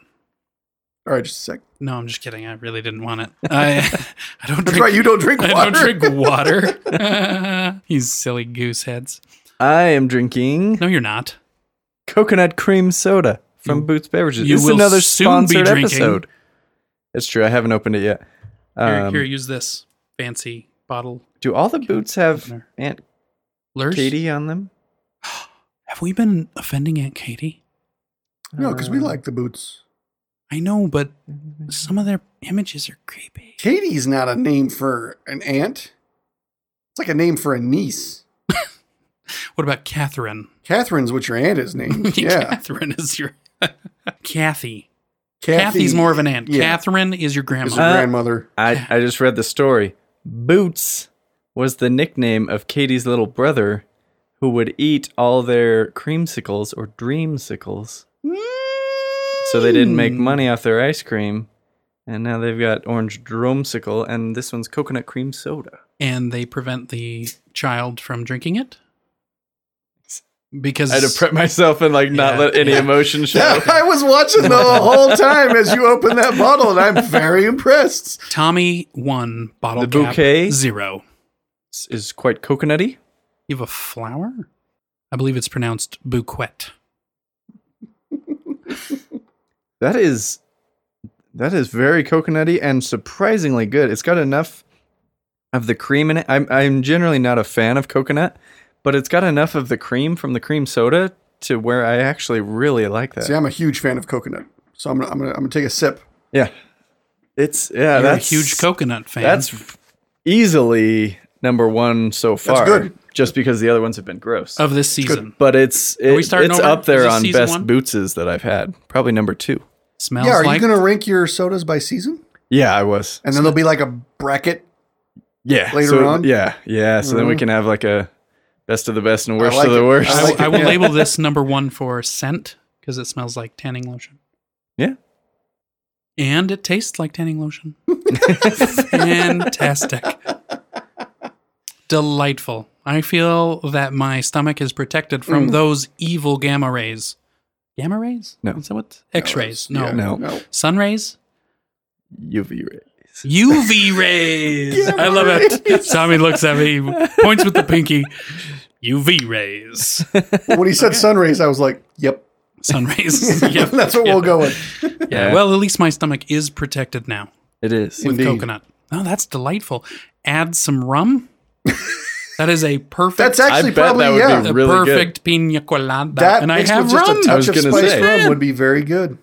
Speaker 4: All right, just a sec.
Speaker 2: No, I'm just kidding. I really didn't want it. I, I don't
Speaker 4: That's
Speaker 2: drink.
Speaker 4: right. You don't drink water.
Speaker 2: I don't drink water. you silly goose heads.
Speaker 3: I am drinking
Speaker 2: No, you're not.
Speaker 3: coconut cream soda from
Speaker 2: You-
Speaker 3: Boots Beverages.
Speaker 2: you
Speaker 3: This is
Speaker 2: will
Speaker 3: another
Speaker 2: soon be
Speaker 3: sponsored
Speaker 2: drinking.
Speaker 3: episode. It's true. I haven't opened it yet.
Speaker 2: Here,
Speaker 3: Um,
Speaker 2: here, use this fancy bottle.
Speaker 3: do all the boots have
Speaker 2: opener.
Speaker 3: Aunt
Speaker 2: Lurs,
Speaker 3: Katie on them?
Speaker 2: have we been offending Aunt Katie?
Speaker 4: No, because we like the boots.
Speaker 2: I know, but some of their images are creepy.
Speaker 4: Katie's not a name for an aunt. It's like a name for a niece.
Speaker 2: What about Catherine?
Speaker 4: Catherine's what your aunt is named. Yeah.
Speaker 2: Catherine is your Kathy.
Speaker 4: Kathy
Speaker 2: Kathy's more of an aunt.
Speaker 4: yeah.
Speaker 2: Catherine is your
Speaker 4: is
Speaker 2: grandma.
Speaker 4: her
Speaker 3: Uh,
Speaker 4: grandmother.
Speaker 3: I, I just read the story. Boots was the nickname of Katie's little brother who would eat all their creamsicles or dreamsicles. So they didn't make money off their ice cream. And now they've got orange dromsicle, and this one's coconut cream soda.
Speaker 2: and they prevent the child from drinking it because
Speaker 3: I had to prep myself and like not
Speaker 2: Yeah.
Speaker 3: let any emotion show.
Speaker 4: I was watching the whole time as you opened that bottle, and I'm very impressed.
Speaker 2: Tommy one bottle
Speaker 3: The
Speaker 2: cap,
Speaker 3: bouquet?
Speaker 2: zero.
Speaker 3: This is quite coconutty.
Speaker 2: You have a flower. I believe it's pronounced bouquet.
Speaker 3: That is that is very coconutty and surprisingly good. It's got enough of the cream in it. I'm I'm generally not a fan of coconut, but it's got enough of the cream from the cream soda to where I actually really like that.
Speaker 4: See, I'm a huge fan of coconut, so I'm gonna, I'm gonna, I'm gonna take a sip.
Speaker 3: yeah. It's yeah,
Speaker 2: You're
Speaker 3: that's
Speaker 2: a huge coconut fan.
Speaker 3: That's easily number 1 so far
Speaker 4: good.
Speaker 3: just because the other ones have been gross.
Speaker 2: of this season.
Speaker 3: but it's it,
Speaker 2: Oh. we
Speaker 3: it's
Speaker 2: starting over?
Speaker 3: up
Speaker 2: Is
Speaker 3: there
Speaker 2: this
Speaker 3: on
Speaker 2: season
Speaker 3: best
Speaker 2: one?
Speaker 3: bootses that I've had. Probably number 2.
Speaker 2: Smells
Speaker 4: yeah, are
Speaker 2: like
Speaker 4: you gonna rank your sodas by season?
Speaker 3: Yeah, I was.
Speaker 4: And then there'll be like a bracket.
Speaker 3: Yeah.
Speaker 4: later
Speaker 3: so-
Speaker 4: on?
Speaker 3: Yeah. Yeah. So then we can have like a best of the best and worst
Speaker 4: like
Speaker 3: of the
Speaker 4: it.
Speaker 3: worst.
Speaker 4: I
Speaker 2: I,
Speaker 4: like
Speaker 2: I
Speaker 4: it,
Speaker 2: will
Speaker 4: yeah.
Speaker 2: label this number one for scent because it smells like tanning lotion.
Speaker 3: Yeah.
Speaker 2: And it tastes like tanning lotion. Fantastic. Delightful. I feel that my stomach is protected
Speaker 4: Hmm.
Speaker 2: from those evil gamma rays. Gamma rays?
Speaker 3: No.
Speaker 2: Is that what? X rays. No.
Speaker 4: Yeah,
Speaker 3: No.
Speaker 4: no.
Speaker 2: Sun rays?
Speaker 3: UV ray.
Speaker 2: UV rays. I love it. Tommy looks at me, points with the pinky. UV rays.
Speaker 4: Well, when he said sun rays, I was like, "Yep,
Speaker 2: Sun rays. Yep.
Speaker 4: that's what we'll go with."
Speaker 2: Yeah. Well, at least my stomach is protected now
Speaker 3: it is.
Speaker 2: with
Speaker 4: Indeed.
Speaker 2: coconut. Oh, that's delightful. Add some rum. that is a perfect.
Speaker 4: That's actually
Speaker 3: I bet
Speaker 4: probably
Speaker 3: that would
Speaker 4: yeah.
Speaker 3: be
Speaker 2: a
Speaker 3: really good.
Speaker 2: perfect pina colada,
Speaker 4: That
Speaker 2: and I
Speaker 4: mixed
Speaker 2: have
Speaker 4: with just
Speaker 2: rum.
Speaker 4: a touch
Speaker 3: I was
Speaker 4: of
Speaker 3: gonna
Speaker 4: spice
Speaker 3: say.
Speaker 4: rum would be very good.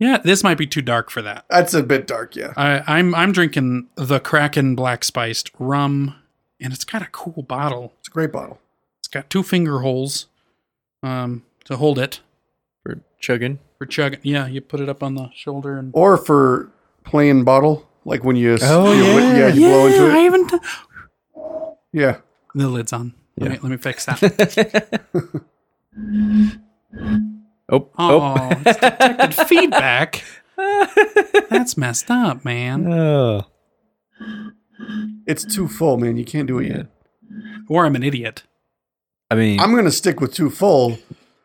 Speaker 2: yeah, this might be too dark for that.
Speaker 4: That's a bit dark, yeah.
Speaker 2: I, I'm I'm drinking the Kraken Black Spiced rum, and it's got a cool bottle.
Speaker 4: It's a great bottle.
Speaker 2: It's got two finger holes, um, to hold it
Speaker 3: We're chugging.
Speaker 2: for chugging. Yeah, you put it up on the shoulder and
Speaker 4: Or for plain bottle, like when you s-
Speaker 3: Oh,
Speaker 4: you
Speaker 3: yeah.
Speaker 4: yeah, you
Speaker 2: yeah,
Speaker 4: blow into
Speaker 2: I
Speaker 4: it.
Speaker 2: haven't. done-
Speaker 4: Yeah,
Speaker 2: The lid's on. Let, me, let me fix that.
Speaker 3: Oh,
Speaker 2: Oh,
Speaker 3: oh.
Speaker 2: it's detected feedback. That's messed up, man.
Speaker 4: Uh,
Speaker 3: Oh.
Speaker 4: it's too full, man. You can't do it yet.
Speaker 2: Or I'm an idiot.
Speaker 3: I mean,
Speaker 4: I'm gonna stick with too full.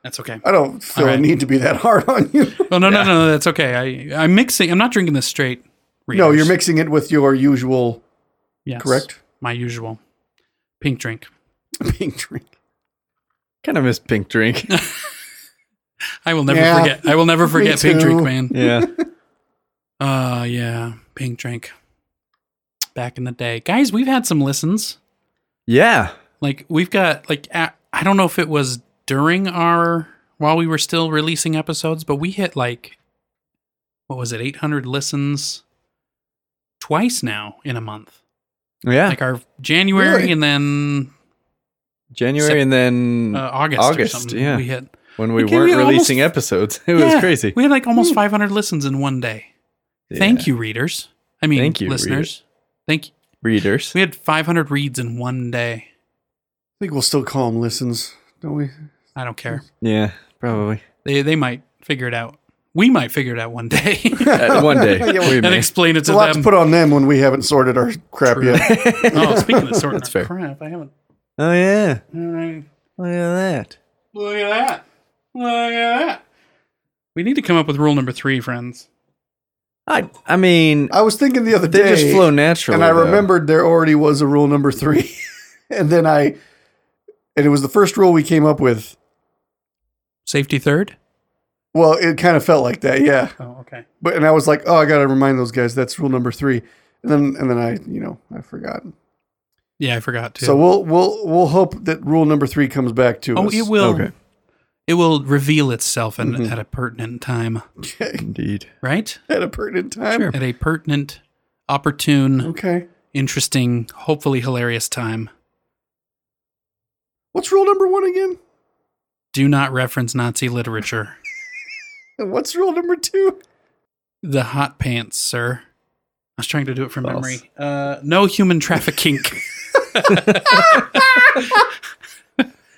Speaker 2: That's okay.
Speaker 4: I don't feel
Speaker 2: All right.
Speaker 4: a need to be that hard on you.
Speaker 2: Well, no, no, no, no, that's okay. I, I'm mixing. I'm not drinking this straight.
Speaker 4: no,
Speaker 2: readers.
Speaker 4: you're mixing it with your usual
Speaker 2: Yes,
Speaker 4: correct
Speaker 2: My usual pink drink.
Speaker 4: pink drink.
Speaker 3: kind of miss pink drink.
Speaker 2: I will never
Speaker 4: Yeah.
Speaker 2: forget. I will never forget pink
Speaker 4: too.
Speaker 2: drink, man.
Speaker 3: yeah.
Speaker 2: Uh yeah, pink drink. Back in the day, guys, we've had some listens.
Speaker 3: Yeah.
Speaker 2: Like we've got like a I don't know if it was during our while we were still releasing episodes, but we hit like what was it, 800 listens twice now in a month.
Speaker 3: Yeah.
Speaker 2: Like our January
Speaker 4: Really?
Speaker 2: and then
Speaker 3: January
Speaker 2: Sep-
Speaker 3: and then
Speaker 2: uh, August,
Speaker 3: Mm. August,
Speaker 2: or something.
Speaker 3: yeah.
Speaker 2: We hit.
Speaker 3: when we
Speaker 2: we gave
Speaker 3: weren't
Speaker 2: you almost-
Speaker 3: releasing episodes, it was
Speaker 2: Yeah,
Speaker 3: crazy.
Speaker 2: We had like
Speaker 4: Hmm.
Speaker 2: almost 500 listens in one day.
Speaker 3: Yeah.
Speaker 2: Thank you, readers. I mean,
Speaker 3: Thank you,
Speaker 2: listeners.
Speaker 3: readers.
Speaker 2: Thank you.
Speaker 3: Readers.
Speaker 2: We had 500 reads in one day.
Speaker 4: I think we'll still call them listens, don't we?
Speaker 2: I don't care.
Speaker 3: Yeah, probably.
Speaker 2: They they might figure it out. We might figure it out one day
Speaker 3: Uh, one day.
Speaker 4: Yeah,
Speaker 3: we
Speaker 4: well,
Speaker 2: and
Speaker 3: may.
Speaker 2: explain it
Speaker 4: It's
Speaker 2: to
Speaker 4: a lot
Speaker 2: them.
Speaker 4: to put on them when we haven't sorted our crap
Speaker 2: True.
Speaker 4: yet.
Speaker 2: oh, speaking of sorting
Speaker 3: That's
Speaker 2: our
Speaker 3: fair.
Speaker 2: crap, I haven't.
Speaker 3: oh, yeah.
Speaker 2: I-
Speaker 3: Look at that.
Speaker 2: Look at that! Look at that! We need to come up with rule number three, friends.
Speaker 3: I, I mean,
Speaker 4: I was thinking the other
Speaker 3: they
Speaker 4: day,
Speaker 3: just flow naturally.
Speaker 4: and I
Speaker 3: though.
Speaker 4: remembered there already was a rule number three, and then I, and it was the first rule we came up with.
Speaker 2: Safety third.
Speaker 4: Well, it kind of felt like that, yeah.
Speaker 2: Oh, okay.
Speaker 4: But and I was like, oh, I gotta remind those guys that's rule number three, and then and then I, you know, I forgot.
Speaker 2: Yeah, I forgot to.
Speaker 4: So we'll we'll we'll hope that rule number three comes back to
Speaker 2: oh,
Speaker 4: us.
Speaker 2: it will.
Speaker 3: Okay.
Speaker 2: It will reveal itself in, at a pertinent time,
Speaker 3: Indeed.
Speaker 2: right?
Speaker 4: at a pertinent time.
Speaker 2: At a pertinent, opportune,
Speaker 4: Okay.
Speaker 2: interesting, hopefully hilarious time.
Speaker 4: What's rule number one again?
Speaker 2: Do not reference Nazi literature.
Speaker 4: And what's rule number two?
Speaker 2: The hot pants, sir. I was trying to do it from
Speaker 3: False.
Speaker 2: memory. Uh, no human trafficking.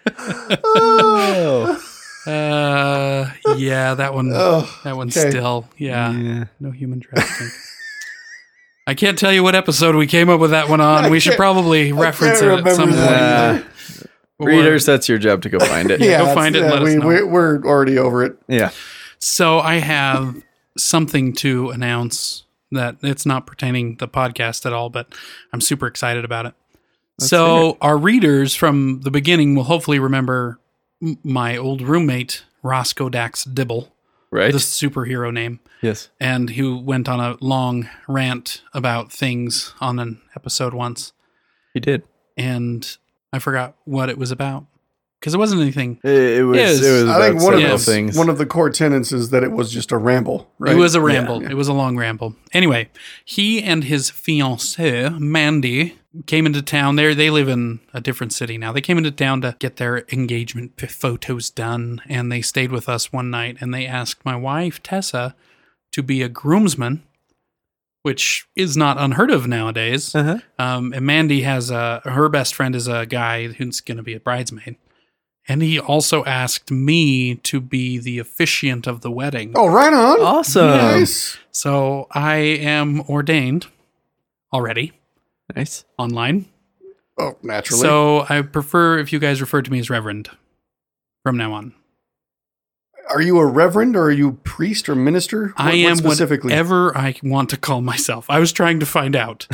Speaker 3: Oh.
Speaker 2: uh, yeah, that one.
Speaker 4: Oh,
Speaker 2: that one's
Speaker 4: okay.
Speaker 2: still. Yeah,
Speaker 3: yeah.
Speaker 2: no human trafficking. I can't tell you what episode we came up with that one on.
Speaker 4: I
Speaker 2: we should
Speaker 4: can't-
Speaker 2: probably reference it
Speaker 4: can't
Speaker 2: at some
Speaker 4: remember
Speaker 2: point.
Speaker 4: that.
Speaker 3: Uh, readers, that's your job to go find it.
Speaker 2: Yeah. go find it and
Speaker 4: that's-
Speaker 2: let us know.
Speaker 4: we, We're already over it.
Speaker 3: Yeah.
Speaker 2: So I have something to announce that it's not pertaining to the podcast at all, but I'm super excited about it. so our readers from the beginning will hopefully remember m- my old roommate Roscoe Dax Dibble,
Speaker 3: Right?
Speaker 2: the superhero name,
Speaker 3: yes.
Speaker 2: and who went on a long rant about things on an episode once,
Speaker 3: He did.
Speaker 2: and I forgot what it was about because it wasn't anything.
Speaker 3: It, it was,
Speaker 2: Yes.
Speaker 3: it was
Speaker 4: I think
Speaker 3: about
Speaker 4: one of
Speaker 3: several
Speaker 4: the
Speaker 2: those-
Speaker 3: things.
Speaker 4: one of the core tenets is that it was just a ramble. Right?
Speaker 2: It was a ramble. It was a long ramble. Anyway, he and his fiancée, Mandy, came into town. They they live in a different city now. They came into town to get their engagement p- photos done, and they stayed with us one night. And they asked my wife Tessa to be a groomsman, which is not unheard of nowadays.
Speaker 3: uh-huh.
Speaker 2: Um, and Mandy has a her best friend is a guy who's going to be a bridesmaid, and he also asked me to be the officiant of the wedding.
Speaker 4: Oh, right on.
Speaker 3: Awesome.
Speaker 4: Nice.
Speaker 2: So I am ordained already
Speaker 3: Nice.
Speaker 2: online.
Speaker 4: Oh, naturally.
Speaker 2: So I prefer if you guys refer to me as Reverend from now on.
Speaker 4: are you a reverend or are you priest or minister? What-
Speaker 2: I
Speaker 4: what
Speaker 2: am
Speaker 4: specifically.
Speaker 2: whatever I want to call myself. I was trying to find out.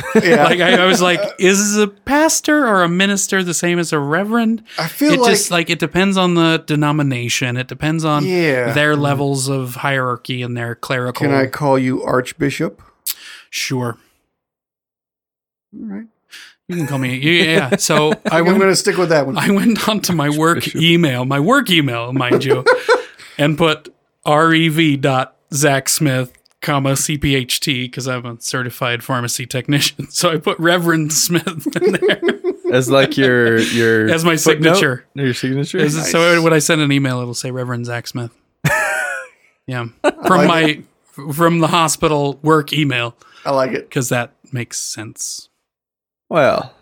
Speaker 4: yeah.
Speaker 2: like I, I was like, is a pastor or a minister the same as a reverend?
Speaker 4: I feel
Speaker 2: it
Speaker 4: like,
Speaker 2: just like it depends on the denomination. It depends on
Speaker 4: Yeah. Mm-hmm.
Speaker 2: their levels of hierarchy and their clerical.
Speaker 4: Can I call you Archbishop?
Speaker 2: Sure,
Speaker 4: All right.
Speaker 2: you can call me. Yeah, yeah. yeah. So I
Speaker 4: I am
Speaker 2: went.
Speaker 4: going to stick with that one.
Speaker 2: I went on to my work email, my work email, mind you, and put rev dot Zach Smith, comma CPHT because I'm a certified pharmacy technician. So I put Reverend Smith in there.
Speaker 3: As like your your
Speaker 2: As my
Speaker 3: footnote?
Speaker 2: signature.
Speaker 3: Your signature.
Speaker 2: This is- So when I send an email, it'll say Reverend Zach Smith. Yeah, from my from the hospital work email
Speaker 4: I like it.
Speaker 2: because that makes sense.
Speaker 3: Well,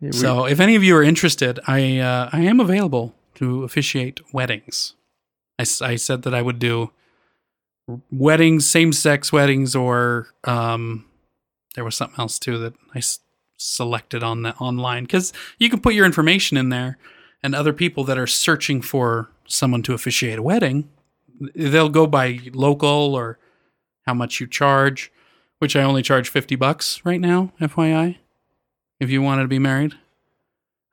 Speaker 3: we-
Speaker 2: So, if any of you are interested, I uh, I am available to officiate weddings. I, s- I said that I would do weddings, same sex weddings, or um, there was something else too that I s- selected on the online because you can put your information in there, and other people that are searching for someone to officiate a wedding, they'll go by local or how much you charge, which I only charge fifty bucks right now, FYI. If you wanted to be married,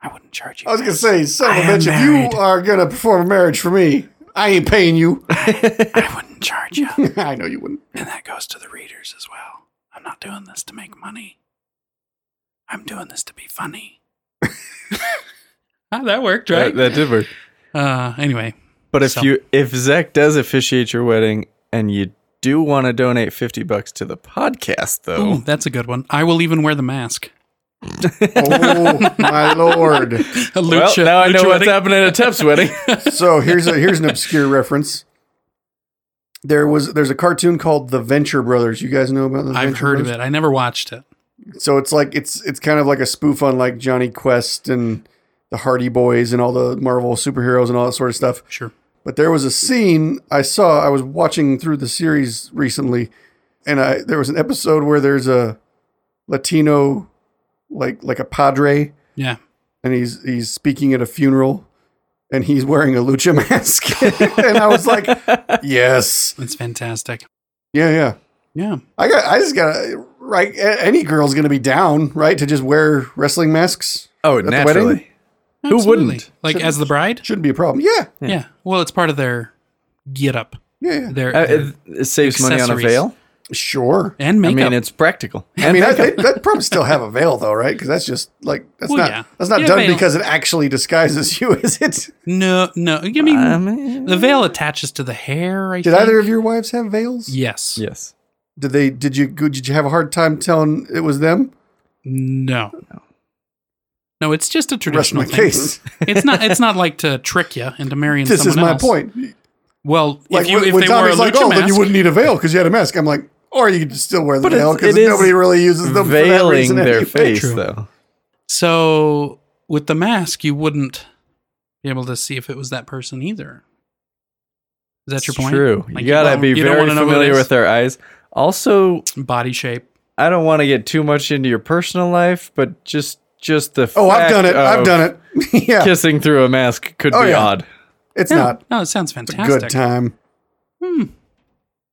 Speaker 2: I wouldn't charge you.
Speaker 4: I was gonna say, son of
Speaker 2: I
Speaker 4: a
Speaker 2: am
Speaker 4: bitch, if
Speaker 2: married.
Speaker 4: you are gonna perform a marriage for me, I ain't paying you.
Speaker 2: I wouldn't charge you.
Speaker 4: I know you wouldn't.
Speaker 2: And that goes to the readers as well. I'm not doing this to make money. I'm doing this to be funny. ah, that worked,
Speaker 3: that,
Speaker 2: right?
Speaker 3: that did work.
Speaker 2: Uh, anyway,
Speaker 3: But if
Speaker 2: So-
Speaker 3: you if Zach does officiate your wedding and you do want to donate fifty bucks to the podcast, though,
Speaker 2: ooh, that's a good one. I will even wear the mask.
Speaker 4: Oh my lord!
Speaker 2: A
Speaker 3: well,
Speaker 2: lucha-
Speaker 3: now I know
Speaker 2: lucha
Speaker 3: what's
Speaker 2: wedding.
Speaker 3: happening at Tep's wedding.
Speaker 4: So here's a here's an obscure reference. There was there's a cartoon called The Venture Brothers. You guys know about the
Speaker 2: I've
Speaker 4: Venture
Speaker 2: heard of
Speaker 4: Brothers?
Speaker 2: it. I never watched it.
Speaker 4: So it's like it's it's kind of like a spoof on like Johnny Quest and the Hardy Boys and all the Marvel superheroes and all that sort of stuff.
Speaker 2: Sure.
Speaker 4: But there was a scene I saw. I was watching through the series recently, and I there was an episode where there's a Latino, like like a padre,
Speaker 2: Yeah.
Speaker 4: and he's he's speaking at a funeral, and he's wearing a lucha mask, and I was like, yes,
Speaker 2: It's fantastic.
Speaker 4: yeah, yeah.
Speaker 2: Yeah.
Speaker 4: I got I just got to right. a- Any girl's gonna be down, right, to just wear wrestling masks.
Speaker 3: Oh,
Speaker 4: the
Speaker 3: naturally.
Speaker 4: wedding?
Speaker 3: Who
Speaker 2: Absolutely.
Speaker 3: wouldn't?
Speaker 2: Like, as the bride?
Speaker 4: Shouldn't be a problem. Yeah,
Speaker 2: Yeah. Well, it's part of their get up.
Speaker 4: yeah, yeah.
Speaker 2: Their,
Speaker 3: Uh,
Speaker 2: their-
Speaker 3: it, it saves money on a
Speaker 2: Accessories.
Speaker 3: veil.
Speaker 4: sure.
Speaker 2: and
Speaker 3: I
Speaker 2: makeup.
Speaker 3: mean, it's practical.
Speaker 4: I mean, I, they, would probably still have a veil though, right? Because that's just like that's
Speaker 2: Well,
Speaker 4: not
Speaker 2: yeah.
Speaker 4: that's not
Speaker 2: Yeah,
Speaker 4: done
Speaker 2: veil.
Speaker 4: because it actually disguises you, is it?
Speaker 2: no, no. I mean,
Speaker 3: I mean-
Speaker 2: the veil attaches to the hair. I
Speaker 4: Did
Speaker 2: think.
Speaker 4: either of your wives have veils?
Speaker 2: Yes.
Speaker 3: yes.
Speaker 4: Did they? Did you? Did you have a hard time telling it was them?
Speaker 2: No. No, it's just a
Speaker 4: Rest
Speaker 2: traditional
Speaker 4: my
Speaker 2: thing.
Speaker 4: case.
Speaker 2: It's not. It's not like to trick you into marrying.
Speaker 4: This is
Speaker 2: someone
Speaker 4: my
Speaker 2: else.
Speaker 4: point.
Speaker 2: Well,
Speaker 4: Like
Speaker 2: if you
Speaker 4: when,
Speaker 2: if
Speaker 4: when
Speaker 2: they
Speaker 4: Tommy's
Speaker 2: were a
Speaker 4: like,
Speaker 2: lucha
Speaker 4: "Oh,
Speaker 2: mask,
Speaker 4: then you wouldn't need a veil because you had a mask," I'm like, "Or you could still wear the
Speaker 3: But
Speaker 4: veil
Speaker 3: it's-
Speaker 4: because
Speaker 3: it is
Speaker 4: nobody really uses them for that
Speaker 3: Veiling
Speaker 4: reason
Speaker 3: their
Speaker 4: anyway."
Speaker 3: face,
Speaker 2: True.
Speaker 3: though.
Speaker 2: so with the mask, you wouldn't be able to see if it was that person either. Is that your point?
Speaker 3: True.
Speaker 2: Like,
Speaker 3: you gotta
Speaker 2: don't-
Speaker 3: be
Speaker 2: you don't
Speaker 3: very
Speaker 2: wanna know who it
Speaker 3: familiar
Speaker 2: is?
Speaker 3: with their eyes. Also,
Speaker 2: body shape.
Speaker 3: I don't want to get too much into your personal life, but just just the
Speaker 4: Oh, I've
Speaker 3: fact
Speaker 4: done it. I've
Speaker 3: of
Speaker 4: done it. yeah,
Speaker 3: Kissing through a mask could
Speaker 4: Oh,
Speaker 3: be
Speaker 4: yeah.
Speaker 3: odd.
Speaker 4: it's
Speaker 2: Yeah.
Speaker 4: not
Speaker 2: No, it sounds
Speaker 4: a
Speaker 2: fantastic.
Speaker 4: good time.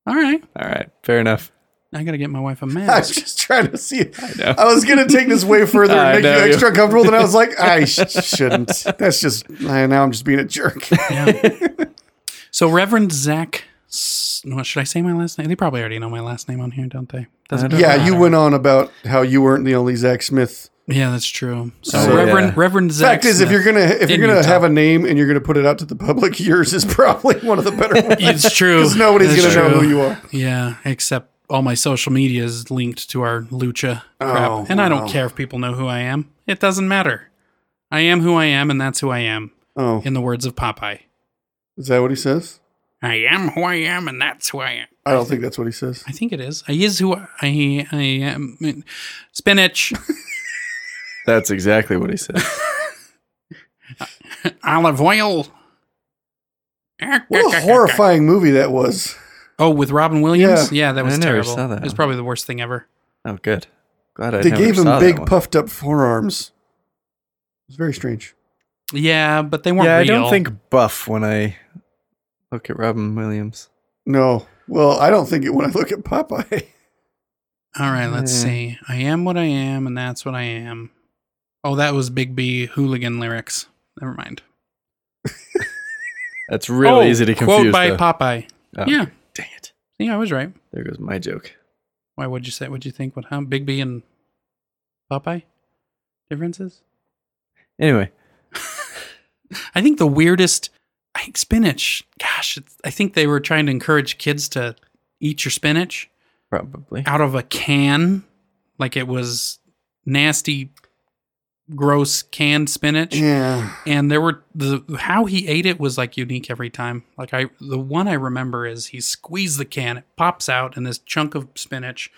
Speaker 2: All right,
Speaker 3: All right, fair enough.
Speaker 2: I gotta get my wife a
Speaker 4: I
Speaker 2: mask.
Speaker 4: was just trying to see. I,
Speaker 3: know.
Speaker 4: was gonna take this way further
Speaker 3: I
Speaker 4: and make
Speaker 3: know
Speaker 4: you
Speaker 3: you.
Speaker 4: extra comfortable. Then I was like, I sh- shouldn't. That's just I, now I'm just being a jerk.
Speaker 2: Yeah. so Reverend Zach, S- what should I say my last name? They probably already know my last name on here, don't they? Doesn't
Speaker 3: don't
Speaker 4: yeah, you
Speaker 2: matter.
Speaker 4: went on about how you weren't the only Zach Smith.
Speaker 2: Yeah, that's true. So
Speaker 3: So,
Speaker 2: Reverend
Speaker 3: yeah.
Speaker 2: Reverend Zach.
Speaker 4: Oh, Fact is, if you're
Speaker 2: Smith.
Speaker 4: gonna if
Speaker 2: in
Speaker 4: you're gonna
Speaker 2: Utah.
Speaker 4: have a name and you're gonna put it out to the public, yours is probably one of the better ones.
Speaker 2: it's true.
Speaker 4: Because nobody's
Speaker 2: That's
Speaker 4: gonna know
Speaker 2: true.
Speaker 4: who you are.
Speaker 2: Yeah, except all my social media is linked to our lucha crap,
Speaker 4: Oh,
Speaker 2: and I don't
Speaker 4: wow.
Speaker 2: care if people know who I am. It doesn't matter. I am who I am, and that's who I am.
Speaker 4: Oh,
Speaker 2: In the words of Popeye,
Speaker 4: is that what he says?
Speaker 2: I am who I am, and that's who I am.
Speaker 4: I don't think that's what he says.
Speaker 2: I think it is. I is who I I, I am. Spinach,
Speaker 3: That's exactly what he said.
Speaker 2: olive oil.
Speaker 4: What a horrifying movie that was.
Speaker 2: Oh, with Robin Williams? Yeah, that
Speaker 3: I
Speaker 2: was
Speaker 3: never
Speaker 2: terrible.
Speaker 3: saw that
Speaker 2: It was
Speaker 3: one.
Speaker 2: probably the worst thing ever.
Speaker 3: Oh, good. Glad I
Speaker 4: They
Speaker 3: never
Speaker 4: gave
Speaker 3: saw
Speaker 4: him
Speaker 3: that
Speaker 4: big
Speaker 3: one.
Speaker 4: puffed up forearms. It's very strange.
Speaker 2: Yeah, but they weren't
Speaker 3: Yeah, I
Speaker 2: real.
Speaker 3: don't think buff when I look at Robin Williams.
Speaker 4: No. Well, I don't think it when I look at Popeye.
Speaker 2: All right, let's
Speaker 3: Yeah.
Speaker 2: see. I am what I am, and that's what I am. Oh, that was Big B hooligan lyrics. Never mind.
Speaker 3: That's really
Speaker 2: Oh,
Speaker 3: easy to
Speaker 2: Quote
Speaker 3: confuse.
Speaker 2: by
Speaker 3: though.
Speaker 2: Popeye.
Speaker 3: Oh,
Speaker 2: Yeah,
Speaker 3: Dang it.
Speaker 2: yeah, I was right.
Speaker 3: There goes my joke.
Speaker 2: Why would you say? What do you think? What? How Big B and Popeye differences?
Speaker 3: Anyway,
Speaker 2: I think the weirdest. I think spinach. Gosh, it's, I think they were trying to encourage kids to eat your spinach
Speaker 3: probably.
Speaker 2: out of a can, like it was nasty gross canned spinach.
Speaker 4: Yeah.
Speaker 2: and there were the how he ate it was like unique every time. Like I the one I remember is he squeezed the can, it pops out and this chunk of spinach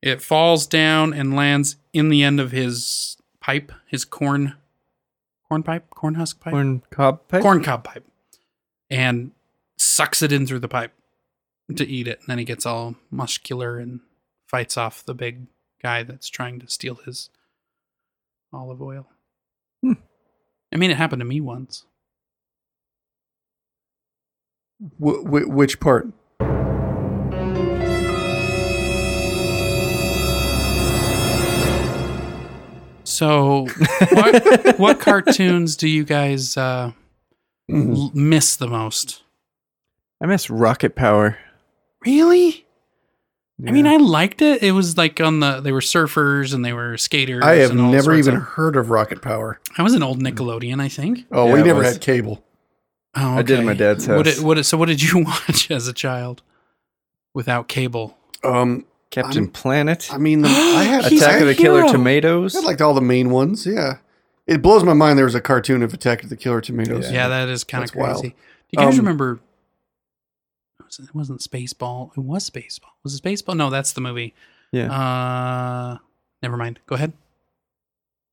Speaker 2: it falls down and lands in the end of his pipe, his corn corn pipe, corn husk pipe, corn,
Speaker 3: Corn cob pipe?
Speaker 2: cob pipe. And sucks it in through the pipe to eat it and then he gets all muscular and fights off the big guy that's trying to steal his olive oil.
Speaker 3: Hmm.
Speaker 2: I mean, it happened to me once.
Speaker 4: Wh- wh- which part?
Speaker 2: So, what, what cartoons do you guys uh, l-
Speaker 4: Mm.
Speaker 2: miss the most?
Speaker 3: I miss rocket power.
Speaker 2: Really? I mean,
Speaker 3: Yeah.
Speaker 2: I liked it. It was like on the they were surfers and they were skaters.
Speaker 4: I have
Speaker 2: and all
Speaker 4: never
Speaker 2: sorts
Speaker 4: even
Speaker 2: Of,
Speaker 4: heard of rocket power.
Speaker 2: I was an old Nickelodeon, I think.
Speaker 4: Oh,
Speaker 3: Yeah,
Speaker 4: we
Speaker 3: it
Speaker 4: never
Speaker 3: was-
Speaker 4: had cable.
Speaker 2: Oh,
Speaker 3: I did at my dad's
Speaker 2: What
Speaker 3: house.
Speaker 2: did, what did- so, what did you watch as a child without cable?
Speaker 4: Um,
Speaker 3: Captain
Speaker 4: I'm-
Speaker 3: Planet,
Speaker 4: I mean, the, I had
Speaker 2: He's
Speaker 3: Attack
Speaker 2: our
Speaker 3: of the Killer
Speaker 2: hero.
Speaker 3: Tomatoes.
Speaker 4: I liked all the main ones. Yeah, it blows my mind. There was a cartoon of Attack of the Killer Tomatoes.
Speaker 2: Yeah, that is kind of
Speaker 4: That's
Speaker 2: crazy.
Speaker 4: wild.
Speaker 2: Do you guys
Speaker 4: Um,
Speaker 2: remember? it wasn't- It wasn't Spaceball. It was Spaceball. Was it Spaceball? No, that's the movie.
Speaker 3: yeah.
Speaker 2: Uh, never mind. Go ahead.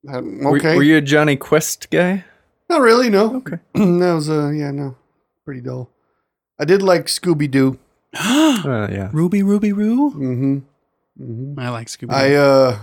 Speaker 4: Um,
Speaker 3: Were-
Speaker 4: okay,
Speaker 3: Were, you a Johnny Quest guy?
Speaker 4: not really. No.
Speaker 3: Okay.
Speaker 4: that was uh, yeah, no, pretty dull. I did like Scooby Doo.
Speaker 3: Uh, yeah.
Speaker 2: Ruby, Ruby, Roo.
Speaker 4: Mm-hmm. hmm
Speaker 2: I like Scooby.
Speaker 4: I uh,
Speaker 2: It
Speaker 4: of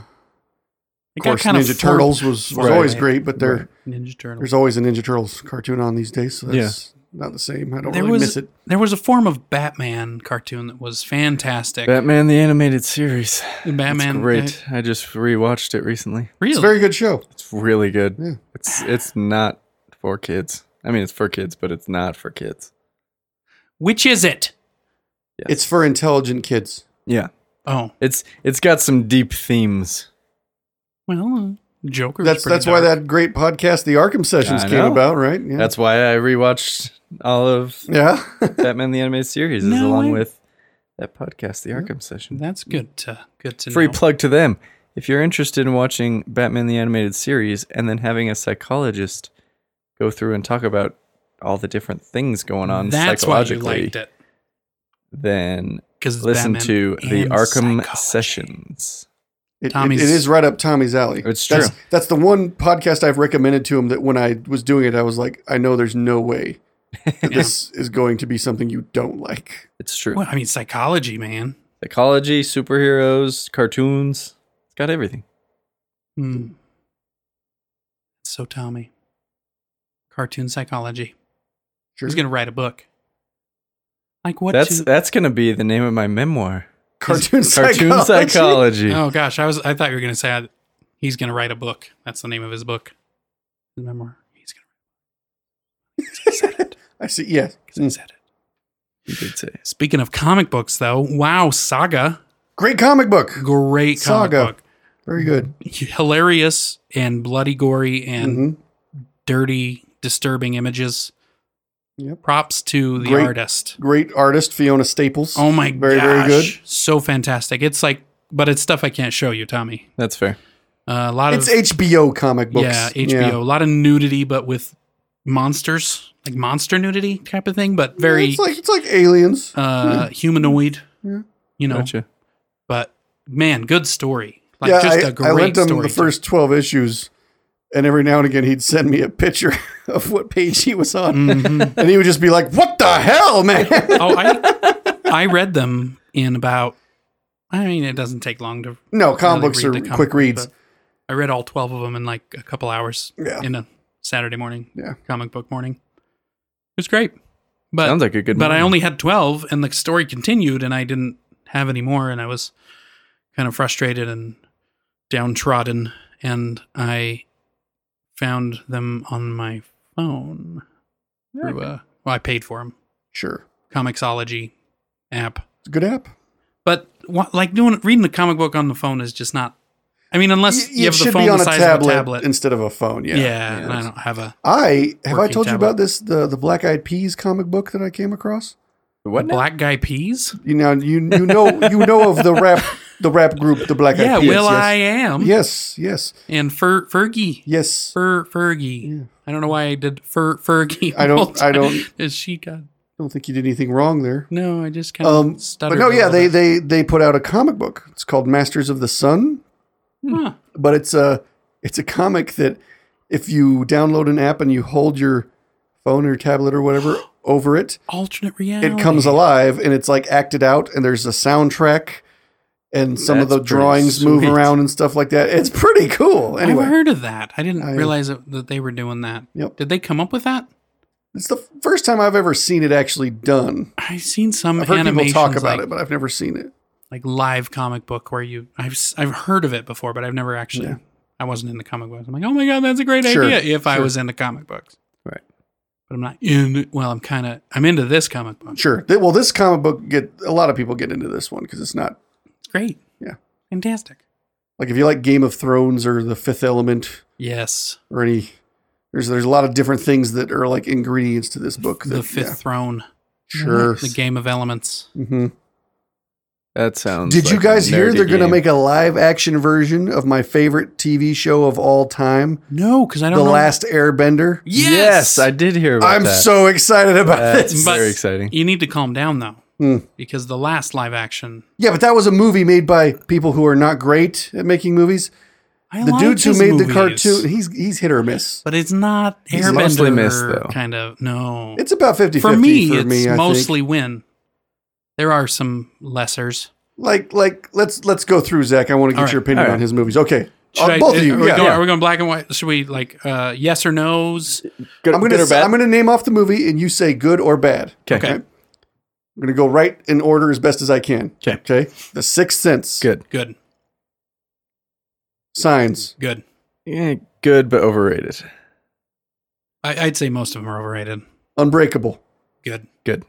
Speaker 2: got
Speaker 4: course,
Speaker 2: kinda
Speaker 4: Ninja
Speaker 2: forced-
Speaker 4: Turtles was, was
Speaker 3: Right.
Speaker 4: always great, but there
Speaker 2: Ninja Turtles.
Speaker 4: there's always a Ninja Turtles cartoon on these days, so that's not the same. I don't
Speaker 2: There
Speaker 4: really
Speaker 2: was-
Speaker 4: miss it.
Speaker 2: There was a form of Batman cartoon that was fantastic.
Speaker 3: Batman the Animated Series.
Speaker 2: Batman. uh,
Speaker 3: it's great. I just rewatched it recently.
Speaker 2: really?
Speaker 4: It's a very good show.
Speaker 3: It's really good.
Speaker 4: Yeah.
Speaker 3: It's it's not for kids. I mean, it's for kids, but it's not for kids.
Speaker 2: Which is it?
Speaker 3: Yes.
Speaker 4: It's for intelligent kids.
Speaker 3: yeah.
Speaker 2: Oh
Speaker 3: It's it's got some deep themes.
Speaker 2: well, Joker. was
Speaker 4: That's
Speaker 2: pretty
Speaker 4: that's why
Speaker 2: dark.
Speaker 4: that great podcast, the Arkham Sessions,
Speaker 3: I
Speaker 4: came
Speaker 3: know.
Speaker 4: about, right? Yeah.
Speaker 3: That's why I rewatched all of
Speaker 4: yeah.
Speaker 3: Batman the Animated Series, is
Speaker 2: No,
Speaker 3: along
Speaker 2: I-
Speaker 3: with that podcast, the Arkham Session.
Speaker 2: That's good. To, good to
Speaker 3: Free
Speaker 2: know.
Speaker 3: plug to them. If you're interested in watching Batman the Animated Series and then having a psychologist go through and talk about all the different things going on
Speaker 2: That's why you
Speaker 3: psychologically,
Speaker 2: liked it.
Speaker 3: then
Speaker 2: Because
Speaker 3: listen to the Arkham
Speaker 2: Session.
Speaker 3: Sessions.
Speaker 4: It- It,
Speaker 2: Tommy's-
Speaker 4: it is right up Tommy's alley.
Speaker 3: It's
Speaker 4: That's,
Speaker 3: true.
Speaker 4: that's the one podcast I've recommended to him that when I was doing it, I was like, I know there's no way that
Speaker 2: Yeah.
Speaker 4: this is going to be something you don't like.
Speaker 3: It's true.
Speaker 2: Well, I mean, psychology, man.
Speaker 3: Psychology, superheroes, cartoons. It's got everything.
Speaker 2: Hmm. So Tommy, cartoon psychology.
Speaker 4: Sure.
Speaker 2: He's gonna write a book. Like what?
Speaker 3: that's
Speaker 2: to-
Speaker 3: that's gonna be the name of my memoir.
Speaker 4: Cartoon psychology.
Speaker 3: Cartoon psychology.
Speaker 2: oh gosh, I was. I thought you were gonna say I, he's gonna write a book. That's the name of his book, his memoir. He's gonna.
Speaker 4: I see. Yes.
Speaker 2: Because I said it.
Speaker 3: You could say.
Speaker 2: Speaking of comic books, though, wow, Saga,
Speaker 4: Great comic book.
Speaker 2: great comic
Speaker 4: Saga.
Speaker 2: book,
Speaker 4: Very good.
Speaker 2: hilarious and bloody, gory and
Speaker 4: Mhm.
Speaker 2: dirty, disturbing images.
Speaker 4: Yep.
Speaker 2: Props to the
Speaker 4: Great.
Speaker 2: artist.
Speaker 4: Great artist Fiona Staples.
Speaker 2: Oh my
Speaker 4: Very,
Speaker 2: gosh.
Speaker 4: very good.
Speaker 2: So fantastic. It's like but it's stuff I can't show you, Tommy.
Speaker 3: That's fair.
Speaker 2: Uh, a lot
Speaker 4: It's
Speaker 2: of
Speaker 4: HBO comic books.
Speaker 2: yeah, HBO, a lot of nudity but with monsters, like monster nudity type of thing, but very
Speaker 4: It's like it's like aliens.
Speaker 2: uh humanoid.
Speaker 4: Yeah.
Speaker 2: You know,
Speaker 3: Gotcha.
Speaker 2: but man, good story. Like
Speaker 4: yeah,
Speaker 2: just
Speaker 4: I,
Speaker 2: a great
Speaker 4: I lent him
Speaker 2: story.
Speaker 4: the first twelve issues, and every now and again he'd send me a picture of what page he was on,
Speaker 2: Mhm.
Speaker 4: and he would just be like, "What the hell, man?"
Speaker 2: oh, I I read them in about I mean, it doesn't take long to
Speaker 4: no, comic
Speaker 2: really
Speaker 4: books
Speaker 2: read
Speaker 4: are
Speaker 2: the comic
Speaker 4: quick
Speaker 2: book,
Speaker 4: reads.
Speaker 2: but I read all 12 of them in like a couple hours
Speaker 4: Yeah.
Speaker 2: in a Saturday morning,
Speaker 4: Yeah.
Speaker 2: comic book morning. It was great. But
Speaker 3: Sounds like a good
Speaker 2: but I
Speaker 3: movie.
Speaker 2: only had 12 and the story continued and I didn't have any more and I was kind of frustrated and downtrodden and I found them on my phone through a, well I paid for them
Speaker 4: Sure,
Speaker 2: Comixology app
Speaker 4: it's a good app.
Speaker 2: but wha- like doing reading the comic book on the phone is just not. I mean, unless
Speaker 4: Y-
Speaker 2: you
Speaker 4: it
Speaker 2: have the
Speaker 4: should
Speaker 2: phone
Speaker 4: be on
Speaker 2: the
Speaker 4: a
Speaker 2: size of
Speaker 4: tablet,
Speaker 2: a tablet.
Speaker 4: instead of a phone. Yeah,
Speaker 2: yeah, and I don't have a
Speaker 4: I have I
Speaker 2: Working
Speaker 4: told you
Speaker 2: tablet.
Speaker 4: about this the the Black Eyed Peas comic book that I came across.
Speaker 3: What? now?
Speaker 2: black guy peas.
Speaker 4: You know you you know you know of the rap the rap group, the Black
Speaker 2: yeah,
Speaker 4: Eyed Peas.
Speaker 2: Will
Speaker 4: yes.
Speaker 2: I am.
Speaker 4: Yes, yes,
Speaker 2: And Fer Fergie.
Speaker 4: yes.
Speaker 2: Fer Fergie. I don't know why I did Fer Fergie.
Speaker 4: I don't- I don't-
Speaker 2: Is she got?
Speaker 4: I don't think you did anything wrong there.
Speaker 2: No, I just kind of
Speaker 4: Um, but
Speaker 2: stuttered.
Speaker 4: no,
Speaker 2: a
Speaker 4: yeah,
Speaker 2: little
Speaker 4: they,
Speaker 2: bit.
Speaker 4: they they put out a comic book. It's called Masters of the Sun,
Speaker 2: Huh.
Speaker 4: but it's a it's a comic that if you download an app and you hold your phone or tablet or whatever over it,
Speaker 2: alternate reality.
Speaker 4: it comes alive and it's like acted out and there's a soundtrack and some of
Speaker 3: That's
Speaker 4: the
Speaker 3: pretty
Speaker 4: drawings move
Speaker 3: sweet.
Speaker 4: around and stuff like that. It's pretty cool. Anyway,
Speaker 2: I've heard of that. I didn't
Speaker 4: I-
Speaker 2: realize that, that they were doing that.
Speaker 4: Yep.
Speaker 2: Did they come up with that?
Speaker 4: it's the first time I've ever seen it actually done.
Speaker 2: I've seen some
Speaker 4: I've heard people
Speaker 2: animations
Speaker 4: talk about
Speaker 2: like,
Speaker 4: it, but I've never seen it.
Speaker 2: like live comic book where you I've s- I've heard of it before, but I've never actually.
Speaker 4: Yeah.
Speaker 2: I wasn't in the comic books. I'm like, oh my god, that's a great
Speaker 4: Sure,
Speaker 2: idea. If I
Speaker 4: sure.
Speaker 2: was into comic books,
Speaker 3: Right.
Speaker 2: But I'm not in. Well, I'm kind of. I'm into this comic book.
Speaker 4: Sure. Th- Well, this comic book get a lot of people get into this one because it's not
Speaker 2: It's great.
Speaker 4: Yeah.
Speaker 2: Fantastic.
Speaker 4: like if you like Game of Thrones or The Fifth Element
Speaker 2: Yes.
Speaker 4: or any. There's there's a lot of different things that are like ingredients to this book. That,
Speaker 2: the Fifth Throne.
Speaker 4: yeah, sure.
Speaker 2: The Game of Elements.
Speaker 4: Mhm.
Speaker 3: That sounds.
Speaker 4: Did you
Speaker 3: like a
Speaker 4: guys hear
Speaker 3: nerdy
Speaker 4: they're going to
Speaker 3: game.
Speaker 4: make a live action version of my favorite TV show of all time,
Speaker 2: No, because I
Speaker 4: The
Speaker 2: don't know.
Speaker 4: Last Airbender?
Speaker 2: Yes.
Speaker 3: Yes, I did hear about
Speaker 4: I'm
Speaker 3: that.
Speaker 4: so excited about
Speaker 3: That's
Speaker 4: this.
Speaker 2: But-
Speaker 3: very exciting.
Speaker 2: You need to calm down though,
Speaker 4: Hmm.
Speaker 2: because the last live action.
Speaker 4: Yeah, but that was a movie made by people who are not great at making movies.
Speaker 2: I
Speaker 4: The
Speaker 2: like
Speaker 4: dudes who
Speaker 2: his
Speaker 4: made the
Speaker 2: movies,
Speaker 4: cartoon, he's he's hit or miss.
Speaker 2: but it's not
Speaker 4: He's
Speaker 2: Airbender.
Speaker 3: mostly missed, though.
Speaker 2: Kind of no.
Speaker 4: It's about 50
Speaker 2: for me, it's
Speaker 4: I think.
Speaker 2: mostly win. There are some lessers.
Speaker 4: like like let's let's go through Zach. I want to get
Speaker 2: All right.
Speaker 4: your opinion
Speaker 3: All right.
Speaker 4: on his movies. Okay,
Speaker 2: Should
Speaker 4: Uh,
Speaker 2: I-
Speaker 4: both of
Speaker 2: Are
Speaker 4: you.
Speaker 2: we,
Speaker 4: Yeah.
Speaker 2: going, are we going black and white? Should we like uh, yes or no's?
Speaker 3: Good,
Speaker 4: I'm gonna
Speaker 3: good or bad?
Speaker 4: I'm gonna name off the movie and you say good or bad.
Speaker 3: Okay.
Speaker 4: I'm gonna go right in order as best as I can.
Speaker 3: 'Kay.
Speaker 4: Okay. The Sixth Sense.
Speaker 3: Good.
Speaker 2: Good,
Speaker 4: Signs.
Speaker 2: good.
Speaker 3: Yeah, good but overrated.
Speaker 2: I, I'd say most of them are overrated.
Speaker 4: Unbreakable.
Speaker 2: Good,
Speaker 3: Good.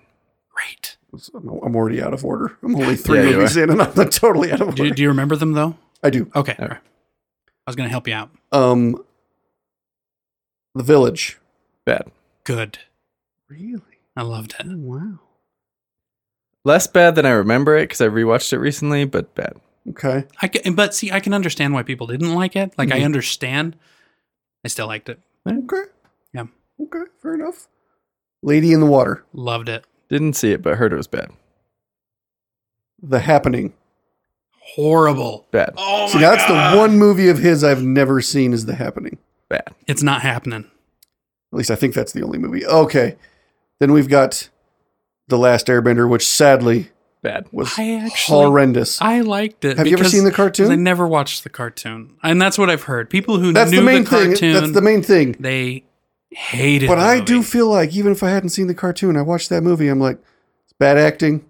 Speaker 2: great.
Speaker 4: I'm I'm already out of order. I'm only three
Speaker 3: Yeah, you
Speaker 4: movies in and I'm totally out of order.
Speaker 2: Do, do you remember them though?
Speaker 4: I do.
Speaker 2: Okay,
Speaker 3: All right.
Speaker 2: alright. I was gonna help you out.
Speaker 4: Um, The Village.
Speaker 3: Bad.
Speaker 2: Good.
Speaker 4: Really?
Speaker 2: I loved it.
Speaker 4: Wow.
Speaker 3: Less bad than I remember it because I rewatched it recently, but bad.
Speaker 4: Okay.
Speaker 2: I can, but see, I can understand why people didn't like it. Like
Speaker 4: Mm-hmm.
Speaker 2: I understand. I still liked it.
Speaker 4: Okay.
Speaker 2: Yeah.
Speaker 4: Okay. Fair enough. Lady in the Water.
Speaker 2: Loved it.
Speaker 3: Didn't see it, but heard it was bad.
Speaker 4: The Happening.
Speaker 2: Horrible.
Speaker 3: Bad.
Speaker 2: Oh
Speaker 4: See, now that's the one movie of his I've never seen is The Happening.
Speaker 3: Bad.
Speaker 2: It's not happening.
Speaker 4: At least I think that's the only movie. Okay. Then we've got The Last Airbender, which sadly
Speaker 3: Bad.
Speaker 4: was
Speaker 2: I actually-
Speaker 4: horrendous.
Speaker 2: I liked it.
Speaker 4: Have you ever
Speaker 2: because-
Speaker 4: seen the
Speaker 2: because I
Speaker 4: cartoon?
Speaker 2: never watched the cartoon, and that's what I've heard. People who
Speaker 4: That's
Speaker 2: knew
Speaker 4: the main
Speaker 2: cartoon,
Speaker 4: thing. That's the main thing.
Speaker 2: they hated.
Speaker 4: But
Speaker 2: the
Speaker 4: I
Speaker 2: movie.
Speaker 4: do feel like even if I hadn't seen the cartoon, I watched that movie. I'm like, it's bad acting,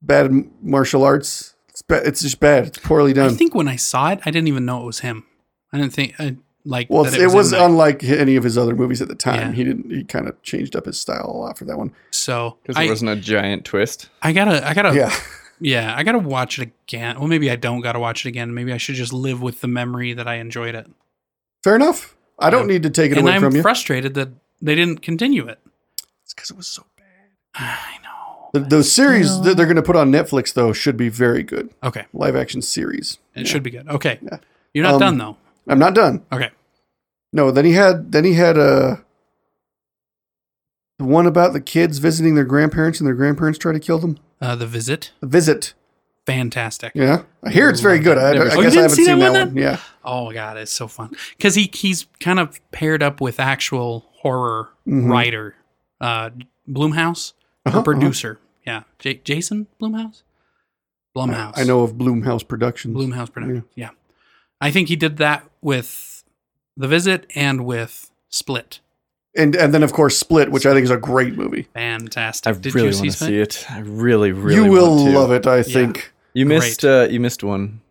Speaker 4: bad m- martial arts. It's, ba- it's just bad. It's poorly
Speaker 2: I
Speaker 4: done.
Speaker 2: think when I saw it, I didn't even know it was him. I didn't think I, like.
Speaker 4: well,
Speaker 2: that
Speaker 4: it, was,
Speaker 2: in there.
Speaker 4: unlike any of his other movies at the time.
Speaker 2: Yeah.
Speaker 4: He didn't. He kind of changed up his style a lot for that one.
Speaker 2: so.
Speaker 3: Because there
Speaker 2: I,
Speaker 3: wasn't a giant twist.
Speaker 2: I gotta. I gotta.
Speaker 4: Yeah.
Speaker 2: Yeah, I gotta watch it again. Well, maybe I don't gotta watch it again. Maybe I should just live with the memory that I enjoyed it.
Speaker 4: Fair enough. I don't need to take it
Speaker 2: Oh. and
Speaker 4: away
Speaker 2: I'm
Speaker 4: from you.
Speaker 2: frustrated that they didn't continue it.
Speaker 4: It's because it was so bad.
Speaker 2: I know.
Speaker 4: The, those series that they're going to put on Netflix though should be very good.
Speaker 2: Okay,
Speaker 4: Live action series.
Speaker 2: it should be good. Okay,
Speaker 4: Yeah.
Speaker 2: you're not
Speaker 4: Um,
Speaker 2: done though.
Speaker 4: I'm not done.
Speaker 2: Okay,
Speaker 4: No, then he had then he had uh, the one about the kids visiting their grandparents and their grandparents try to kill them.
Speaker 2: uh, the visit,
Speaker 4: The visit.
Speaker 2: fantastic.
Speaker 4: Yeah, I hear it's very good. I, I
Speaker 2: it. Oh,
Speaker 4: guess
Speaker 3: Never seen
Speaker 2: you
Speaker 4: I
Speaker 2: didn't
Speaker 4: haven't
Speaker 2: see
Speaker 4: seen that,
Speaker 2: that one
Speaker 4: one.
Speaker 2: then?
Speaker 4: Yeah,
Speaker 2: Oh my god, it's so fun because he he's kind of paired up with actual horror
Speaker 4: Mhm.
Speaker 2: writer, uh, Bloomhouse, or
Speaker 4: Uh-huh, uh-huh.
Speaker 2: producer. Yeah, J- Jason Bloomhouse, Blumhouse.
Speaker 4: I know of Bloomhouse Productions.
Speaker 2: Bloomhouse production. Yeah. I think he did that with the visit and with Split.
Speaker 4: and and then of course Split, which I think is a great movie.
Speaker 2: Fantastic.
Speaker 3: I
Speaker 2: did
Speaker 3: really
Speaker 2: you see
Speaker 3: want to
Speaker 2: Split?
Speaker 3: see it. I really, really
Speaker 4: you will
Speaker 3: want to.
Speaker 4: love it, I think.
Speaker 3: You missed. Uh, you missed one.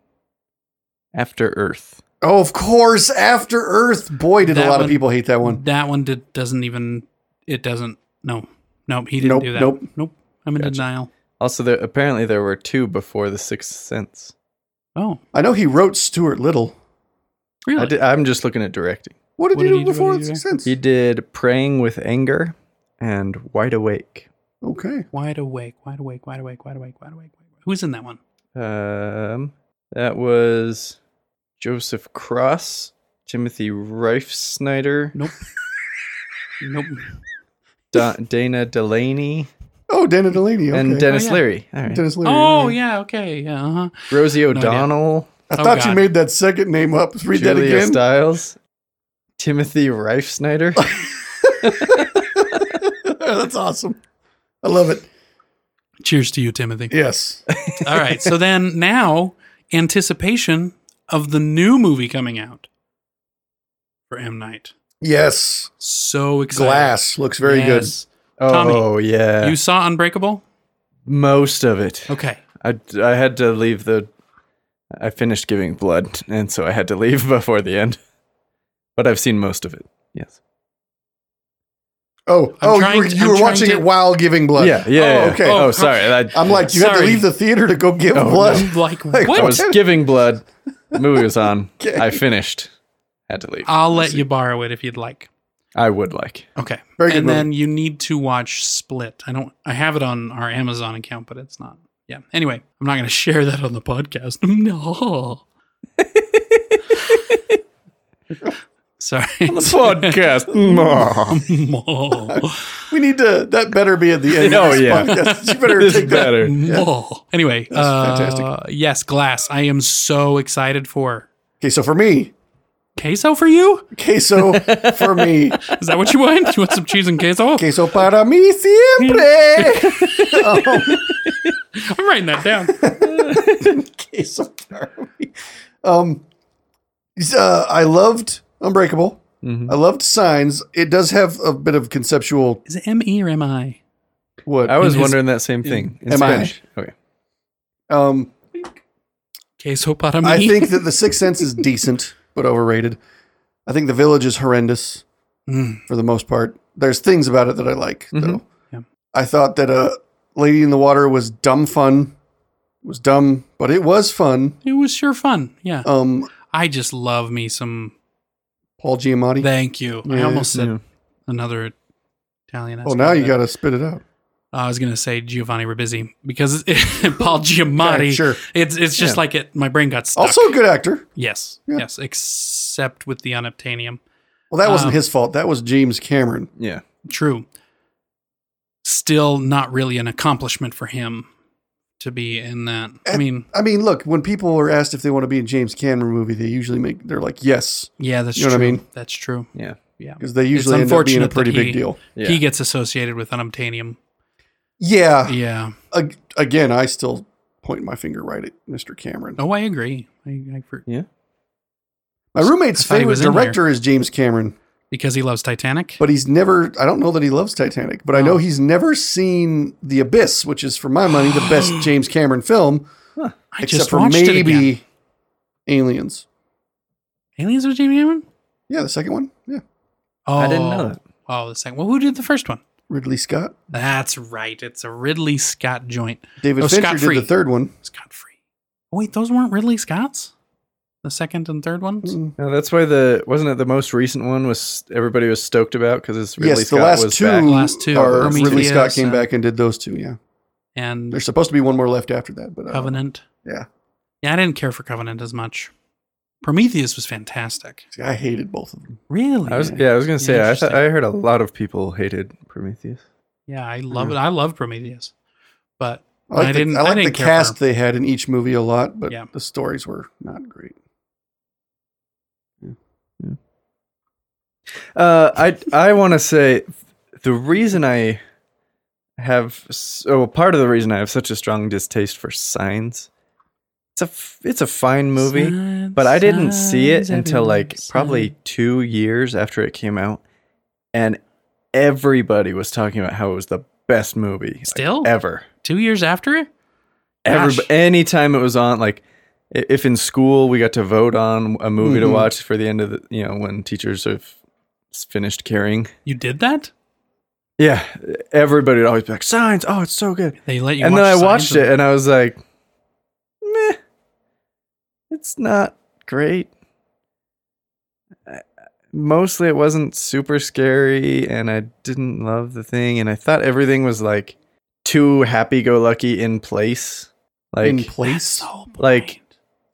Speaker 3: After Earth.
Speaker 4: Oh, of course, After Earth. Boy, did
Speaker 2: That
Speaker 4: a lot
Speaker 2: one-
Speaker 4: of people hate that one.
Speaker 2: That one did, doesn't even. It doesn't. No. Nope. He didn't
Speaker 4: Nope,
Speaker 2: do that.
Speaker 4: nope.
Speaker 2: Nope. I'm in
Speaker 3: Gotcha.
Speaker 2: denial.
Speaker 3: Also, there apparently there were two before the Sixth Sense.
Speaker 2: Oh,
Speaker 4: I know he wrote Stuart Little.
Speaker 2: really?
Speaker 3: I did, I'm just looking at directing.
Speaker 4: What did
Speaker 2: What
Speaker 4: he
Speaker 2: did
Speaker 4: do
Speaker 2: he do? What
Speaker 4: before
Speaker 2: did
Speaker 4: The
Speaker 2: he
Speaker 4: Sixth
Speaker 2: do?
Speaker 4: Sense?
Speaker 3: He did Praying with Anger and Wide Awake.
Speaker 4: Okay.
Speaker 2: Wide awake. Wide awake. Wide awake. Wide awake. Wide awake. Wide awake. Who's in that one?
Speaker 3: Um, That was Joseph Cross, Timothy Reif Snyder,
Speaker 2: Nope. nope.
Speaker 3: Da- Dana Delaney,
Speaker 4: Oh, Dana Delaney. Okay.
Speaker 3: and Dennis
Speaker 2: Oh, yeah.
Speaker 3: Leary. All right.
Speaker 4: Dennis Leary.
Speaker 2: Oh yeah. Okay. Yeah. Uh-huh.
Speaker 3: Rosie
Speaker 2: idea.
Speaker 3: O'Donnell,
Speaker 4: I
Speaker 2: Oh,
Speaker 4: thought you
Speaker 2: God.
Speaker 4: made that second name up. Read that
Speaker 3: Julia
Speaker 4: again.
Speaker 3: Stiles, Timothy Reif Snyder.
Speaker 4: That's awesome. I love it.
Speaker 2: Cheers to you, Timothy.
Speaker 4: Yes.
Speaker 2: All right. So then now anticipation of the new movie coming out for M Night.
Speaker 4: Yes.
Speaker 2: So excited.
Speaker 4: Glass looks very
Speaker 2: Yes. Tommy,
Speaker 3: oh yeah,
Speaker 2: You saw Unbreakable?
Speaker 3: most of it.
Speaker 2: Okay.
Speaker 3: I, I had to leave the. I finished giving blood, and so I had to leave before the end. But I've seen most of it. Yes.
Speaker 4: good. Oh,
Speaker 2: I'm
Speaker 4: oh,
Speaker 2: trying
Speaker 4: you were,
Speaker 2: to-
Speaker 4: you
Speaker 2: I'm
Speaker 4: were
Speaker 2: trying
Speaker 4: watching
Speaker 2: to-
Speaker 4: it while giving blood.
Speaker 3: yeah. Yeah.
Speaker 4: Oh,
Speaker 3: yeah.
Speaker 4: okay.
Speaker 3: Oh,
Speaker 2: Oh,
Speaker 3: sorry. That,
Speaker 4: I'm like, you had to
Speaker 2: Sorry.
Speaker 4: leave the theater to go give
Speaker 3: Oh,
Speaker 4: blood.
Speaker 2: I'm like,
Speaker 4: Like,
Speaker 3: I
Speaker 2: what?
Speaker 3: was giving blood. The movie was on.
Speaker 4: Okay.
Speaker 3: I finished. Had to leave.
Speaker 2: I'll let you borrow it if you'd like.
Speaker 3: I would like.
Speaker 2: Okay.
Speaker 4: Very good
Speaker 2: and then you need to watch Split. I don't I have it on our Amazon account, but it's not. Yeah. Anyway, I'm not going to share that on the podcast. No. Sorry.
Speaker 3: podcast.
Speaker 2: Mo.
Speaker 4: We need to. That better be at the end.
Speaker 3: Oh,
Speaker 4: of this
Speaker 3: yeah.
Speaker 4: podcast. You better
Speaker 3: this is
Speaker 4: take that.
Speaker 3: better.
Speaker 2: Mo. Anyway, uh,
Speaker 4: fantastic.
Speaker 2: yes, Glass. I am so excited for
Speaker 4: Okay, so for me,
Speaker 2: queso for you.
Speaker 4: queso for me,
Speaker 2: Is that what you want? You want some cheese and queso?
Speaker 4: queso para mí siempre. Oh,
Speaker 2: I'm writing that down.
Speaker 4: queso para mí. Um, s- uh, I loved Unbreakable. I loved Signs. It does have a bit of conceptual.
Speaker 2: Is it M E or M I?
Speaker 4: What
Speaker 3: I was
Speaker 2: In his-
Speaker 3: wondering that same thing. In
Speaker 4: Am I?
Speaker 3: Spanish. Okay.
Speaker 4: um,
Speaker 2: Queso para mí.
Speaker 4: I think that the Sixth Sense is decent but overrated. I think The Village is horrendous for the most part. There's things about it that I like though.
Speaker 2: Yeah.
Speaker 4: I thought that uh, Lady in the Water was dumb fun. It was dumb, but it was fun.
Speaker 2: it was sure fun. Yeah.
Speaker 4: Um,
Speaker 2: I just love me some.
Speaker 4: Paul Giamatti.
Speaker 2: Thank you. I
Speaker 4: Yeah,
Speaker 2: almost said
Speaker 3: yeah.
Speaker 2: another Italian.
Speaker 4: oh, now you got to spit it out.
Speaker 2: I was gonna say Giovanni Ribisi because Paul Giamatti.
Speaker 4: Okay, sure.
Speaker 2: It's it's just
Speaker 3: Yeah.
Speaker 2: like it. My brain got stuck.
Speaker 4: Also, a good actor.
Speaker 2: yes, yes, except with the unobtainium.
Speaker 4: Well, that wasn't
Speaker 2: Um,
Speaker 4: his fault. That was James Cameron.
Speaker 3: Yeah.
Speaker 2: True. Still not really an accomplishment for him to be in that.
Speaker 4: Eh.
Speaker 2: I mean,
Speaker 4: I mean, look, when people are asked if they want to be in a James Cameron movie, they usually make they're like yes
Speaker 2: yeah, that's
Speaker 4: you know what I
Speaker 2: true.
Speaker 4: mean?
Speaker 2: That's true.
Speaker 3: Yeah.
Speaker 2: Yeah.
Speaker 4: because they
Speaker 2: It's
Speaker 4: usually end up being a
Speaker 2: unfortunate
Speaker 4: pretty
Speaker 2: that
Speaker 4: big
Speaker 2: he-
Speaker 4: deal.
Speaker 3: Yeah.
Speaker 2: He gets associated with unobtainium.
Speaker 4: Yeah,
Speaker 2: Yeah.
Speaker 4: Ag- again, I still point my finger right at Mr. Cameron.
Speaker 2: Oh, I agree. I, I, for,
Speaker 3: yeah.
Speaker 4: My roommate's
Speaker 2: I thought he
Speaker 4: favorite
Speaker 2: was in
Speaker 4: director is James Cameron,
Speaker 2: because he loves Titanic.
Speaker 4: but he's never, I don't know that he loves Titanic, but I
Speaker 2: Oh.
Speaker 4: know he's never seen The Abyss, which is, for my money, the best James Cameron film,
Speaker 2: I
Speaker 4: except
Speaker 2: just
Speaker 4: for
Speaker 2: watched it again.
Speaker 4: maybe Aliens.
Speaker 2: Aliens with Jamie Cameron.
Speaker 4: Yeah, the second one. Yeah.
Speaker 2: Oh,
Speaker 3: I didn't know that.
Speaker 2: Oh, the second. Well, who did the first one?
Speaker 4: Ridley Scott.
Speaker 2: That's right. It's a Ridley Scott joint.
Speaker 4: David
Speaker 2: Oh,
Speaker 4: Fincher
Speaker 2: Scott
Speaker 4: did
Speaker 2: Free.
Speaker 4: the third one.
Speaker 2: Scott Free. Oh, wait, those weren't Ridley Scott's. The second and third ones.
Speaker 4: Mm.
Speaker 3: No, that's why the wasn't it the most recent one was everybody was stoked about because it's Ridley
Speaker 4: yes,
Speaker 3: Scott
Speaker 4: the last
Speaker 3: was
Speaker 4: two,
Speaker 3: back.
Speaker 2: Last two,
Speaker 4: are Ridley
Speaker 2: Prometheus
Speaker 4: Scott came
Speaker 2: and-
Speaker 4: back and did those two. Yeah.
Speaker 2: And
Speaker 4: There's supposed to be one more left after that, but uh, I don't know.
Speaker 2: Covenant.
Speaker 4: Yeah.
Speaker 2: Yeah, I didn't care for Covenant as much. Prometheus was fantastic.
Speaker 4: See, I hated both of them.
Speaker 2: Really?
Speaker 3: I was yeah, I was gonna say I thought
Speaker 2: Interesting.
Speaker 3: I heard a lot of people hated Prometheus.
Speaker 2: Yeah, I love it. I love Prometheus, but
Speaker 4: I like
Speaker 2: I
Speaker 4: the,
Speaker 2: didn't.
Speaker 4: I
Speaker 2: I,
Speaker 4: like
Speaker 2: didn't
Speaker 4: the
Speaker 2: care for
Speaker 4: cast they had in each movie a lot, but
Speaker 2: Yeah.
Speaker 4: the stories were not great.
Speaker 3: Uh, I I want to say the reason I have so well, part of the reason I have such a strong distaste for Signs. It's a f- it's a fine movie,
Speaker 2: Signs,
Speaker 3: but I didn't see it
Speaker 2: signs,
Speaker 3: until
Speaker 2: everyone,
Speaker 3: like probably
Speaker 2: signs.
Speaker 3: two years after it came out, and everybody was talking about how it was the best movie like,
Speaker 2: Still?
Speaker 3: ever.
Speaker 2: two years after it.
Speaker 3: Every
Speaker 2: Gosh.
Speaker 3: anytime it was on, like i- if in school we got to vote on a movie
Speaker 2: Mm-hmm.
Speaker 3: to watch for the end of the you know when teachers have s- finished caring.
Speaker 2: You did that.
Speaker 3: Yeah, everybody would always be like, "Signs, oh, it's so good."
Speaker 2: They let you.
Speaker 3: and then I
Speaker 2: watch
Speaker 3: watched
Speaker 2: Signs and-
Speaker 3: it, and I was like, "Meh, it's not great." I- Mostly, it wasn't super scary, and I didn't love the thing, and I thought everything was like too happy-go-lucky in place, like
Speaker 4: in
Speaker 2: That's
Speaker 4: place.
Speaker 2: the whole
Speaker 3: like-
Speaker 2: point.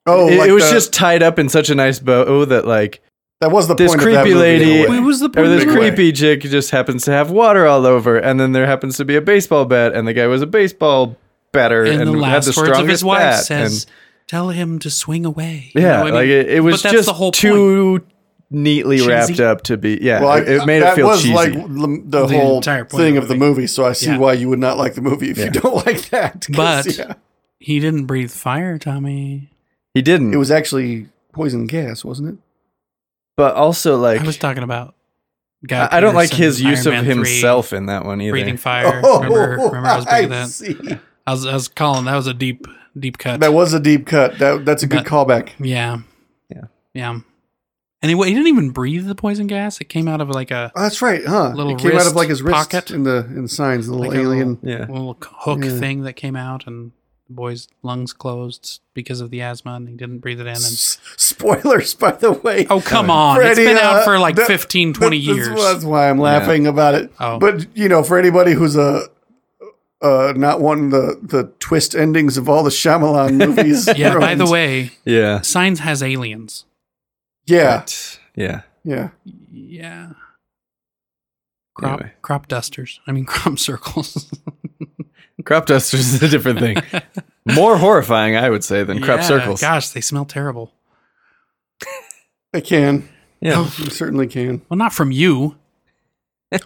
Speaker 4: Oh,
Speaker 3: it,
Speaker 4: like
Speaker 3: it was
Speaker 4: the-
Speaker 3: just tied up in such a nice bow that like
Speaker 4: that was the
Speaker 3: this
Speaker 4: point
Speaker 3: creepy
Speaker 4: of that movie in a
Speaker 3: lady-
Speaker 4: way.
Speaker 2: What was the point?
Speaker 3: or this
Speaker 2: of that?
Speaker 3: creepy chick just happens to have water all over, and then there happens to be a baseball bat, and the guy was a baseball batter and,
Speaker 2: And the
Speaker 3: had the
Speaker 2: last words
Speaker 3: strongest
Speaker 2: of his wife
Speaker 3: bat.
Speaker 2: says, "Tell him to swing away." You
Speaker 3: and, yeah,
Speaker 2: know what I
Speaker 3: like
Speaker 2: mean?
Speaker 3: it, it was
Speaker 2: but that's
Speaker 3: just
Speaker 2: the whole
Speaker 3: too neatly
Speaker 2: Cheesy.
Speaker 3: wrapped up to be. Yeah,
Speaker 4: Well, I-
Speaker 3: it, it made
Speaker 4: that
Speaker 3: it feel
Speaker 4: was
Speaker 3: cheesy.
Speaker 4: like the, the
Speaker 2: The
Speaker 4: whole
Speaker 2: entire point
Speaker 4: thing
Speaker 2: of
Speaker 4: of
Speaker 2: the
Speaker 4: the movie. So I see
Speaker 2: Yeah.
Speaker 4: why you would not like the movie if you don't like that. 'Cause,
Speaker 2: But-
Speaker 4: yeah.
Speaker 2: He didn't breathe fire, Tommy.
Speaker 3: he didn't.
Speaker 4: it was actually poison gas, wasn't it?
Speaker 3: but also like
Speaker 2: I was talking about. Guy
Speaker 3: I, I don't like
Speaker 2: Pearce in
Speaker 3: his use
Speaker 2: Iron
Speaker 3: of
Speaker 2: Man 3,
Speaker 3: himself in that one either.
Speaker 2: breathing fire. remember,
Speaker 3: Oh,
Speaker 2: remember, I was bringing that.
Speaker 4: see.
Speaker 2: I was, I was calling. That was a deep, deep cut.
Speaker 4: That was a deep cut. That that's a good
Speaker 2: But-
Speaker 4: callback.
Speaker 2: yeah,
Speaker 3: Yeah.
Speaker 2: yeah. And he, wa- he didn't even breathe the poison gas. It came out of like a
Speaker 4: Oh, that's right, huh?
Speaker 2: Little
Speaker 4: it came out of
Speaker 2: wrist
Speaker 4: like his wrist
Speaker 2: pocket.
Speaker 4: in the in the signs, the little
Speaker 2: Like a
Speaker 4: alien.
Speaker 2: little-
Speaker 3: Yeah.
Speaker 2: little hook
Speaker 4: Yeah.
Speaker 2: thing that came out, and the boy's lungs closed because of the asthma, and he didn't breathe it in. And
Speaker 4: S- spoilers, by the way.
Speaker 2: oh come on, it's
Speaker 4: Freddy,
Speaker 2: been out
Speaker 4: uh,
Speaker 2: for like
Speaker 4: that-
Speaker 2: 15, 20
Speaker 4: That's-
Speaker 2: years.
Speaker 4: That's why I'm laughing about it.
Speaker 2: Oh.
Speaker 4: But you know, for anybody who's a uh, not wanting the the twist endings of all the Shyamalan movies.
Speaker 2: yeah. By
Speaker 4: ruined.
Speaker 2: the way,
Speaker 3: Yeah.
Speaker 2: Signs has aliens.
Speaker 4: yeah,
Speaker 3: But, yeah.
Speaker 4: yeah.
Speaker 2: Yeah. Crop
Speaker 3: Anyway.
Speaker 2: crop dusters. I mean crop circles.
Speaker 3: Crop dusters is a different thing. More horrifying, I would say, than crop
Speaker 2: Yeah,
Speaker 3: circles.
Speaker 2: Gosh, they smell terrible.
Speaker 4: I can.
Speaker 3: Yeah.
Speaker 4: I certainly can.
Speaker 2: Well, not from you.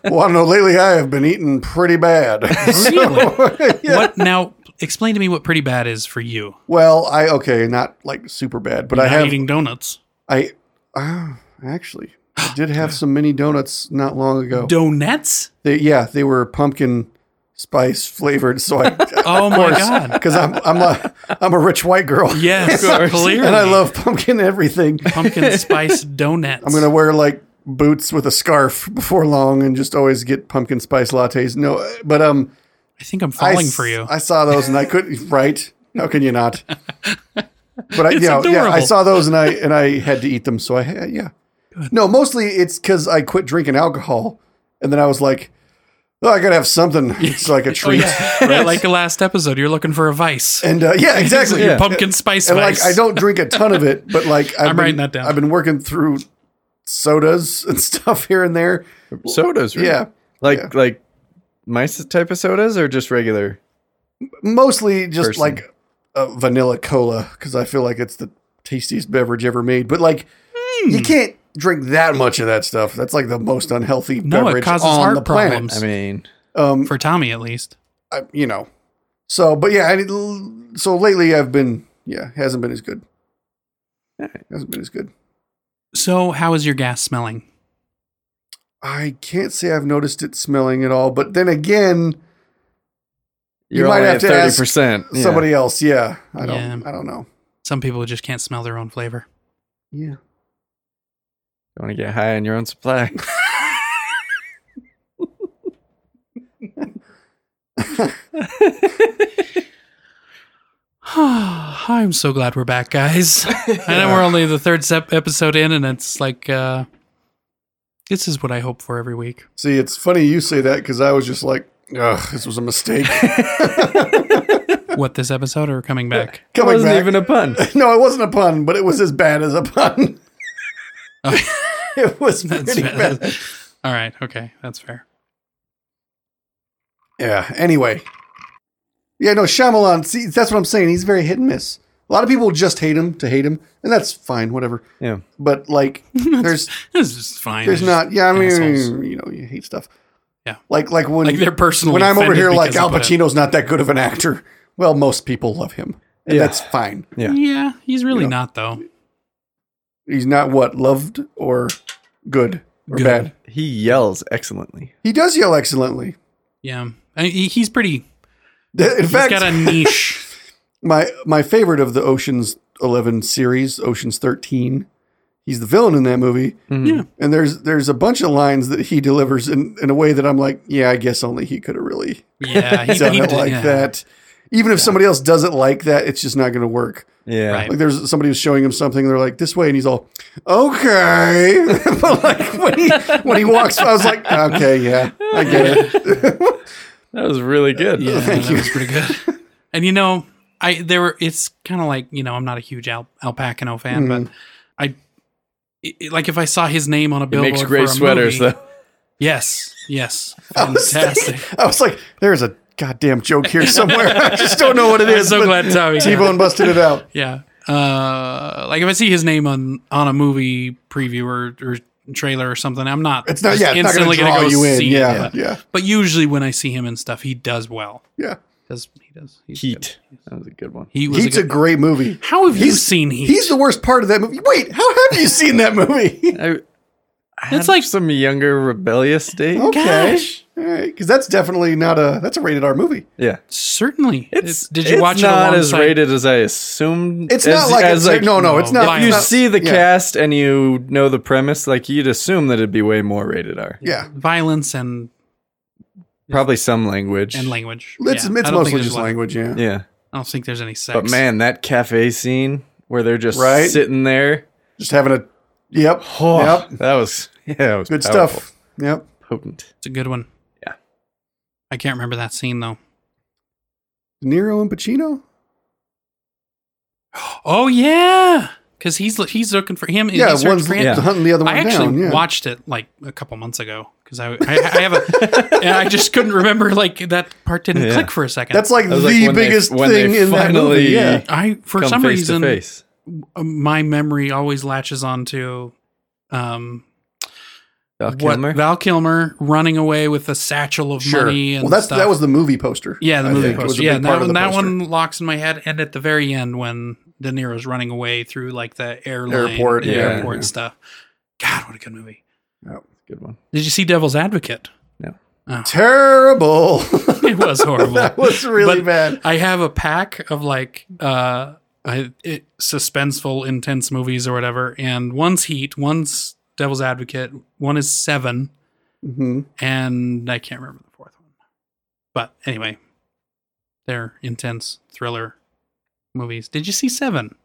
Speaker 4: Well, I don't know. Lately, I have been eating pretty bad.
Speaker 2: Really?
Speaker 4: Yeah.
Speaker 2: What now? Explain to me what pretty bad is for you.
Speaker 4: Well, I okay, not like super bad, but I
Speaker 2: not
Speaker 4: have
Speaker 2: eating donuts.
Speaker 4: I uh, actually I did have some mini donuts not long ago.
Speaker 2: Donuts?
Speaker 4: They, yeah, they were pumpkin spice flavored. So I,
Speaker 2: Oh my god!
Speaker 4: because I'm I'm a I'm a rich white girl.
Speaker 2: Yes, clearly.
Speaker 4: and I love pumpkin everything.
Speaker 2: pumpkin spice donuts.
Speaker 4: I'm gonna wear like boots with a scarf before long, and just always get pumpkin spice lattes. No, but um,
Speaker 2: I think I'm
Speaker 4: I
Speaker 2: falling
Speaker 4: s-
Speaker 2: for you.
Speaker 4: I saw those and I couldn't. Right? How can you not? But I,
Speaker 2: It's
Speaker 4: you know, yeah, I
Speaker 2: adorable.
Speaker 4: saw those and I and I had to eat them, so I had, yeah. No, mostly it's because I quit drinking alcohol, and then I was like, oh, I gotta have something. It's like
Speaker 2: Oh,
Speaker 4: a treat.
Speaker 2: Right, like the last episode, you're looking for a vice.
Speaker 4: And uh, yeah, exactly.
Speaker 3: Yeah.
Speaker 2: Pumpkin spice
Speaker 4: and
Speaker 2: vice.
Speaker 4: like I don't drink a ton of it, but like I've
Speaker 2: I'm
Speaker 4: been,
Speaker 2: writing that down.
Speaker 4: I've been working through sodas and stuff here and there.
Speaker 3: Sodas, really.
Speaker 4: Yeah,
Speaker 3: Like
Speaker 4: yeah.
Speaker 3: like my s- type of sodas or just regular?
Speaker 4: mostly just
Speaker 3: Person.
Speaker 4: like a vanilla cola because I feel like it's the tastiest beverage ever made. But like you can't drink that much of that stuff. That's like the most unhealthy
Speaker 2: No, it
Speaker 4: beverage
Speaker 2: causes
Speaker 4: on
Speaker 2: heart
Speaker 4: the planet.
Speaker 2: problems.
Speaker 3: I mean
Speaker 4: Um,
Speaker 2: for Tommy, at least.
Speaker 4: I, you know. So, but yeah, I, need- so lately I've been yeah hasn't been as good. Hasn't been as good.
Speaker 2: So, how is your gas smelling?
Speaker 4: I can't say I've noticed it smelling at all, but then again,
Speaker 3: you're
Speaker 4: might
Speaker 3: only
Speaker 4: have
Speaker 3: at
Speaker 4: to
Speaker 3: thirty
Speaker 4: ask
Speaker 3: percent.
Speaker 4: somebody else. Yeah, I don't.
Speaker 2: Yeah.
Speaker 4: I don't know.
Speaker 2: Some people just can't smell their own flavor.
Speaker 4: Yeah.
Speaker 3: want to get high on your own supply.
Speaker 2: I'm so glad we're back, guys. I know we're only the third sep- episode in, and it's like uh, this is what I hope for every week.
Speaker 4: See, it's funny you say that because I was just like, "Ugh, this was a mistake."
Speaker 2: What this episode or coming back?
Speaker 3: That
Speaker 4: Coming
Speaker 3: wasn't
Speaker 4: back.
Speaker 3: even a pun.
Speaker 4: no, it wasn't a pun, but it was as bad as a pun.
Speaker 2: Oh.
Speaker 4: it was
Speaker 2: That's
Speaker 4: pretty
Speaker 2: bad.
Speaker 4: bad.
Speaker 2: All right, okay, that's fair.
Speaker 4: Yeah. Anyway. Yeah. No, Shyamalan. See, that's what I'm saying. He's very hit and miss. A lot of people just hate him to hate him, and that's fine. Whatever.
Speaker 3: Yeah.
Speaker 4: But like, there's
Speaker 2: This is fine.
Speaker 4: There's
Speaker 2: Just
Speaker 4: not. Yeah, I mean,
Speaker 2: assholes.
Speaker 4: you know, you hate stuff.
Speaker 2: Yeah.
Speaker 4: Like like when
Speaker 2: Like, they're personally
Speaker 4: when I'm over
Speaker 2: offended
Speaker 4: here like
Speaker 2: because I
Speaker 4: Al
Speaker 2: put it-
Speaker 4: Pacino's not that good of an actor. Well, most people love him. And that's fine.
Speaker 3: Yeah.
Speaker 2: Yeah, he's really
Speaker 4: You know.
Speaker 2: not though.
Speaker 4: He's not what loved or good or
Speaker 2: Good.
Speaker 4: bad.
Speaker 3: He yells excellently.
Speaker 4: He does yell excellently.
Speaker 2: Yeah, I mean, he- he's pretty.
Speaker 4: In
Speaker 2: He's
Speaker 4: fact,
Speaker 2: got a niche.
Speaker 4: my my favorite of the Ocean's 11 series, Ocean's 13, he's the villain in that movie.
Speaker 2: Yeah.
Speaker 4: And there's there's a bunch of lines that he delivers in, in a way that I'm like, yeah, I guess only he could have really
Speaker 2: Yeah, he,
Speaker 4: done
Speaker 2: he
Speaker 4: it
Speaker 2: did-
Speaker 4: like
Speaker 2: yeah.
Speaker 4: that. Even if somebody else does it like that, it's just not going to work.
Speaker 3: Yeah.
Speaker 2: Right.
Speaker 4: Like there's somebody who's showing him something, and they're like this way, and he's all okay. but like when he when he walks, I was like, okay, yeah, I get it.
Speaker 3: That was really good.
Speaker 2: Yeah, that was pretty good. And you know, I there were. It's kind of like you know, I'm not a huge Al, Alpacino fan,
Speaker 4: Mm-hmm.
Speaker 2: but I it- it- like if I saw his name on a
Speaker 3: It
Speaker 2: billboard.
Speaker 3: makes great
Speaker 2: for a
Speaker 3: sweaters
Speaker 2: movie-
Speaker 3: though.
Speaker 2: Yes, yes,
Speaker 4: I was,
Speaker 2: fantastic.
Speaker 4: thinking- I was like, there's a goddamn joke here somewhere. I just don't know what it
Speaker 2: I'm
Speaker 4: is.
Speaker 2: so
Speaker 4: but
Speaker 2: glad Tommy. got it.
Speaker 4: T-Bone busted it out.
Speaker 2: Yeah. Uh, like if I see his name on on a movie preview or, or trailer or something, I'm not.
Speaker 4: It's not.
Speaker 2: just
Speaker 4: Yeah, it's not going to draw
Speaker 2: gonna
Speaker 4: you in.
Speaker 2: see it,
Speaker 4: Yeah,
Speaker 2: but,
Speaker 4: yeah,
Speaker 2: but usually when I see him and stuff, he does well.
Speaker 4: yeah.
Speaker 2: Does he does he's
Speaker 3: Heat. That was a good one.
Speaker 2: good. He was.
Speaker 4: Heat's
Speaker 2: a
Speaker 4: a
Speaker 2: good,
Speaker 4: great movie.
Speaker 2: how have you
Speaker 4: he's-
Speaker 2: seen Heat?
Speaker 4: He's the worst part of that movie. Wait, how have you seen that movie?
Speaker 3: I, I
Speaker 2: It's
Speaker 3: it's
Speaker 2: like-
Speaker 3: like some younger rebellious state.
Speaker 4: Okay,
Speaker 2: Gosh.
Speaker 4: all right, because that's definitely not a that's a rated R movie.
Speaker 3: Yeah.
Speaker 2: Certainly.
Speaker 3: It's
Speaker 2: did you
Speaker 3: it's
Speaker 2: watch
Speaker 3: not
Speaker 2: it
Speaker 3: as
Speaker 2: alongside-
Speaker 3: rated as I assumed.
Speaker 4: It's
Speaker 3: as-
Speaker 4: not like,
Speaker 3: as
Speaker 4: it's, no, no,
Speaker 2: no,
Speaker 4: it's not.
Speaker 2: why
Speaker 3: If you
Speaker 4: it's
Speaker 2: not?
Speaker 3: see the
Speaker 4: yeah.
Speaker 3: cast and you know the premise, like you'd assume that it'd be way more rated R.
Speaker 4: Yeah,
Speaker 2: violence and
Speaker 3: Probably some language.
Speaker 2: and language?
Speaker 4: it's
Speaker 2: Yeah. I
Speaker 4: it's
Speaker 2: don't think
Speaker 4: mostly just
Speaker 2: there's a lot-
Speaker 4: language. Yeah.
Speaker 3: Yeah.
Speaker 2: I don't think there's any sex.
Speaker 3: But man, that cafe scene where they're just
Speaker 4: Right?
Speaker 3: sitting there.
Speaker 4: just having a yep,
Speaker 3: Oh,
Speaker 4: yep,
Speaker 3: That was yeah, that was
Speaker 4: good
Speaker 3: powerful.
Speaker 4: stuff. Yep.
Speaker 3: Potent.
Speaker 2: it's a good one.
Speaker 3: Yeah.
Speaker 2: I can't remember that scene though.
Speaker 4: De Niro and Pacino.
Speaker 2: Oh yeah, because he's he's looking for him. and
Speaker 4: Yeah,
Speaker 2: he's searching
Speaker 4: one's
Speaker 2: for him.
Speaker 3: yeah.
Speaker 4: hunting the other one
Speaker 2: I actually
Speaker 4: down. Yeah.
Speaker 2: watched it like a couple months ago because I, I I have a and I just couldn't remember like that part didn't
Speaker 3: Yeah.
Speaker 2: click for a second.
Speaker 4: That's like the
Speaker 3: That was like when they-
Speaker 4: biggest
Speaker 3: when they
Speaker 4: thing in that movie.
Speaker 3: finally-
Speaker 4: Yeah.
Speaker 2: I for
Speaker 3: Come
Speaker 2: some
Speaker 3: face
Speaker 2: reason
Speaker 3: to face.
Speaker 2: uh, my memory always latches onto um
Speaker 3: Val
Speaker 2: what
Speaker 3: Kilmer?
Speaker 2: Val Kilmer running away with a satchel of
Speaker 3: Sure.
Speaker 2: money and
Speaker 4: Well, that's
Speaker 2: stuff.
Speaker 4: that was the movie poster.
Speaker 2: yeah the
Speaker 4: I
Speaker 2: movie
Speaker 4: think, was
Speaker 2: poster.
Speaker 4: a
Speaker 2: Yeah,
Speaker 4: big
Speaker 2: that
Speaker 4: part of
Speaker 2: one
Speaker 4: the
Speaker 2: that
Speaker 4: poster.
Speaker 2: one locks in my head. And at the very end when De Niro's running away through like the airline
Speaker 4: Airport,
Speaker 2: the
Speaker 3: yeah.
Speaker 2: airport
Speaker 4: Yeah.
Speaker 2: stuff. God, what a good movie!
Speaker 3: Good one.
Speaker 2: Did you see Devil's Advocate?
Speaker 4: Terrible.
Speaker 2: It was horrible.
Speaker 4: that was really
Speaker 2: But-
Speaker 4: bad.
Speaker 2: I have a pack of like uh I, it, suspenseful, intense movies or whatever, and one's Heat, one's Devil's Advocate, one is Seven,
Speaker 4: hmm
Speaker 2: and I can't remember the fourth one. But anyway, they're intense thriller movies. Did you see Seven?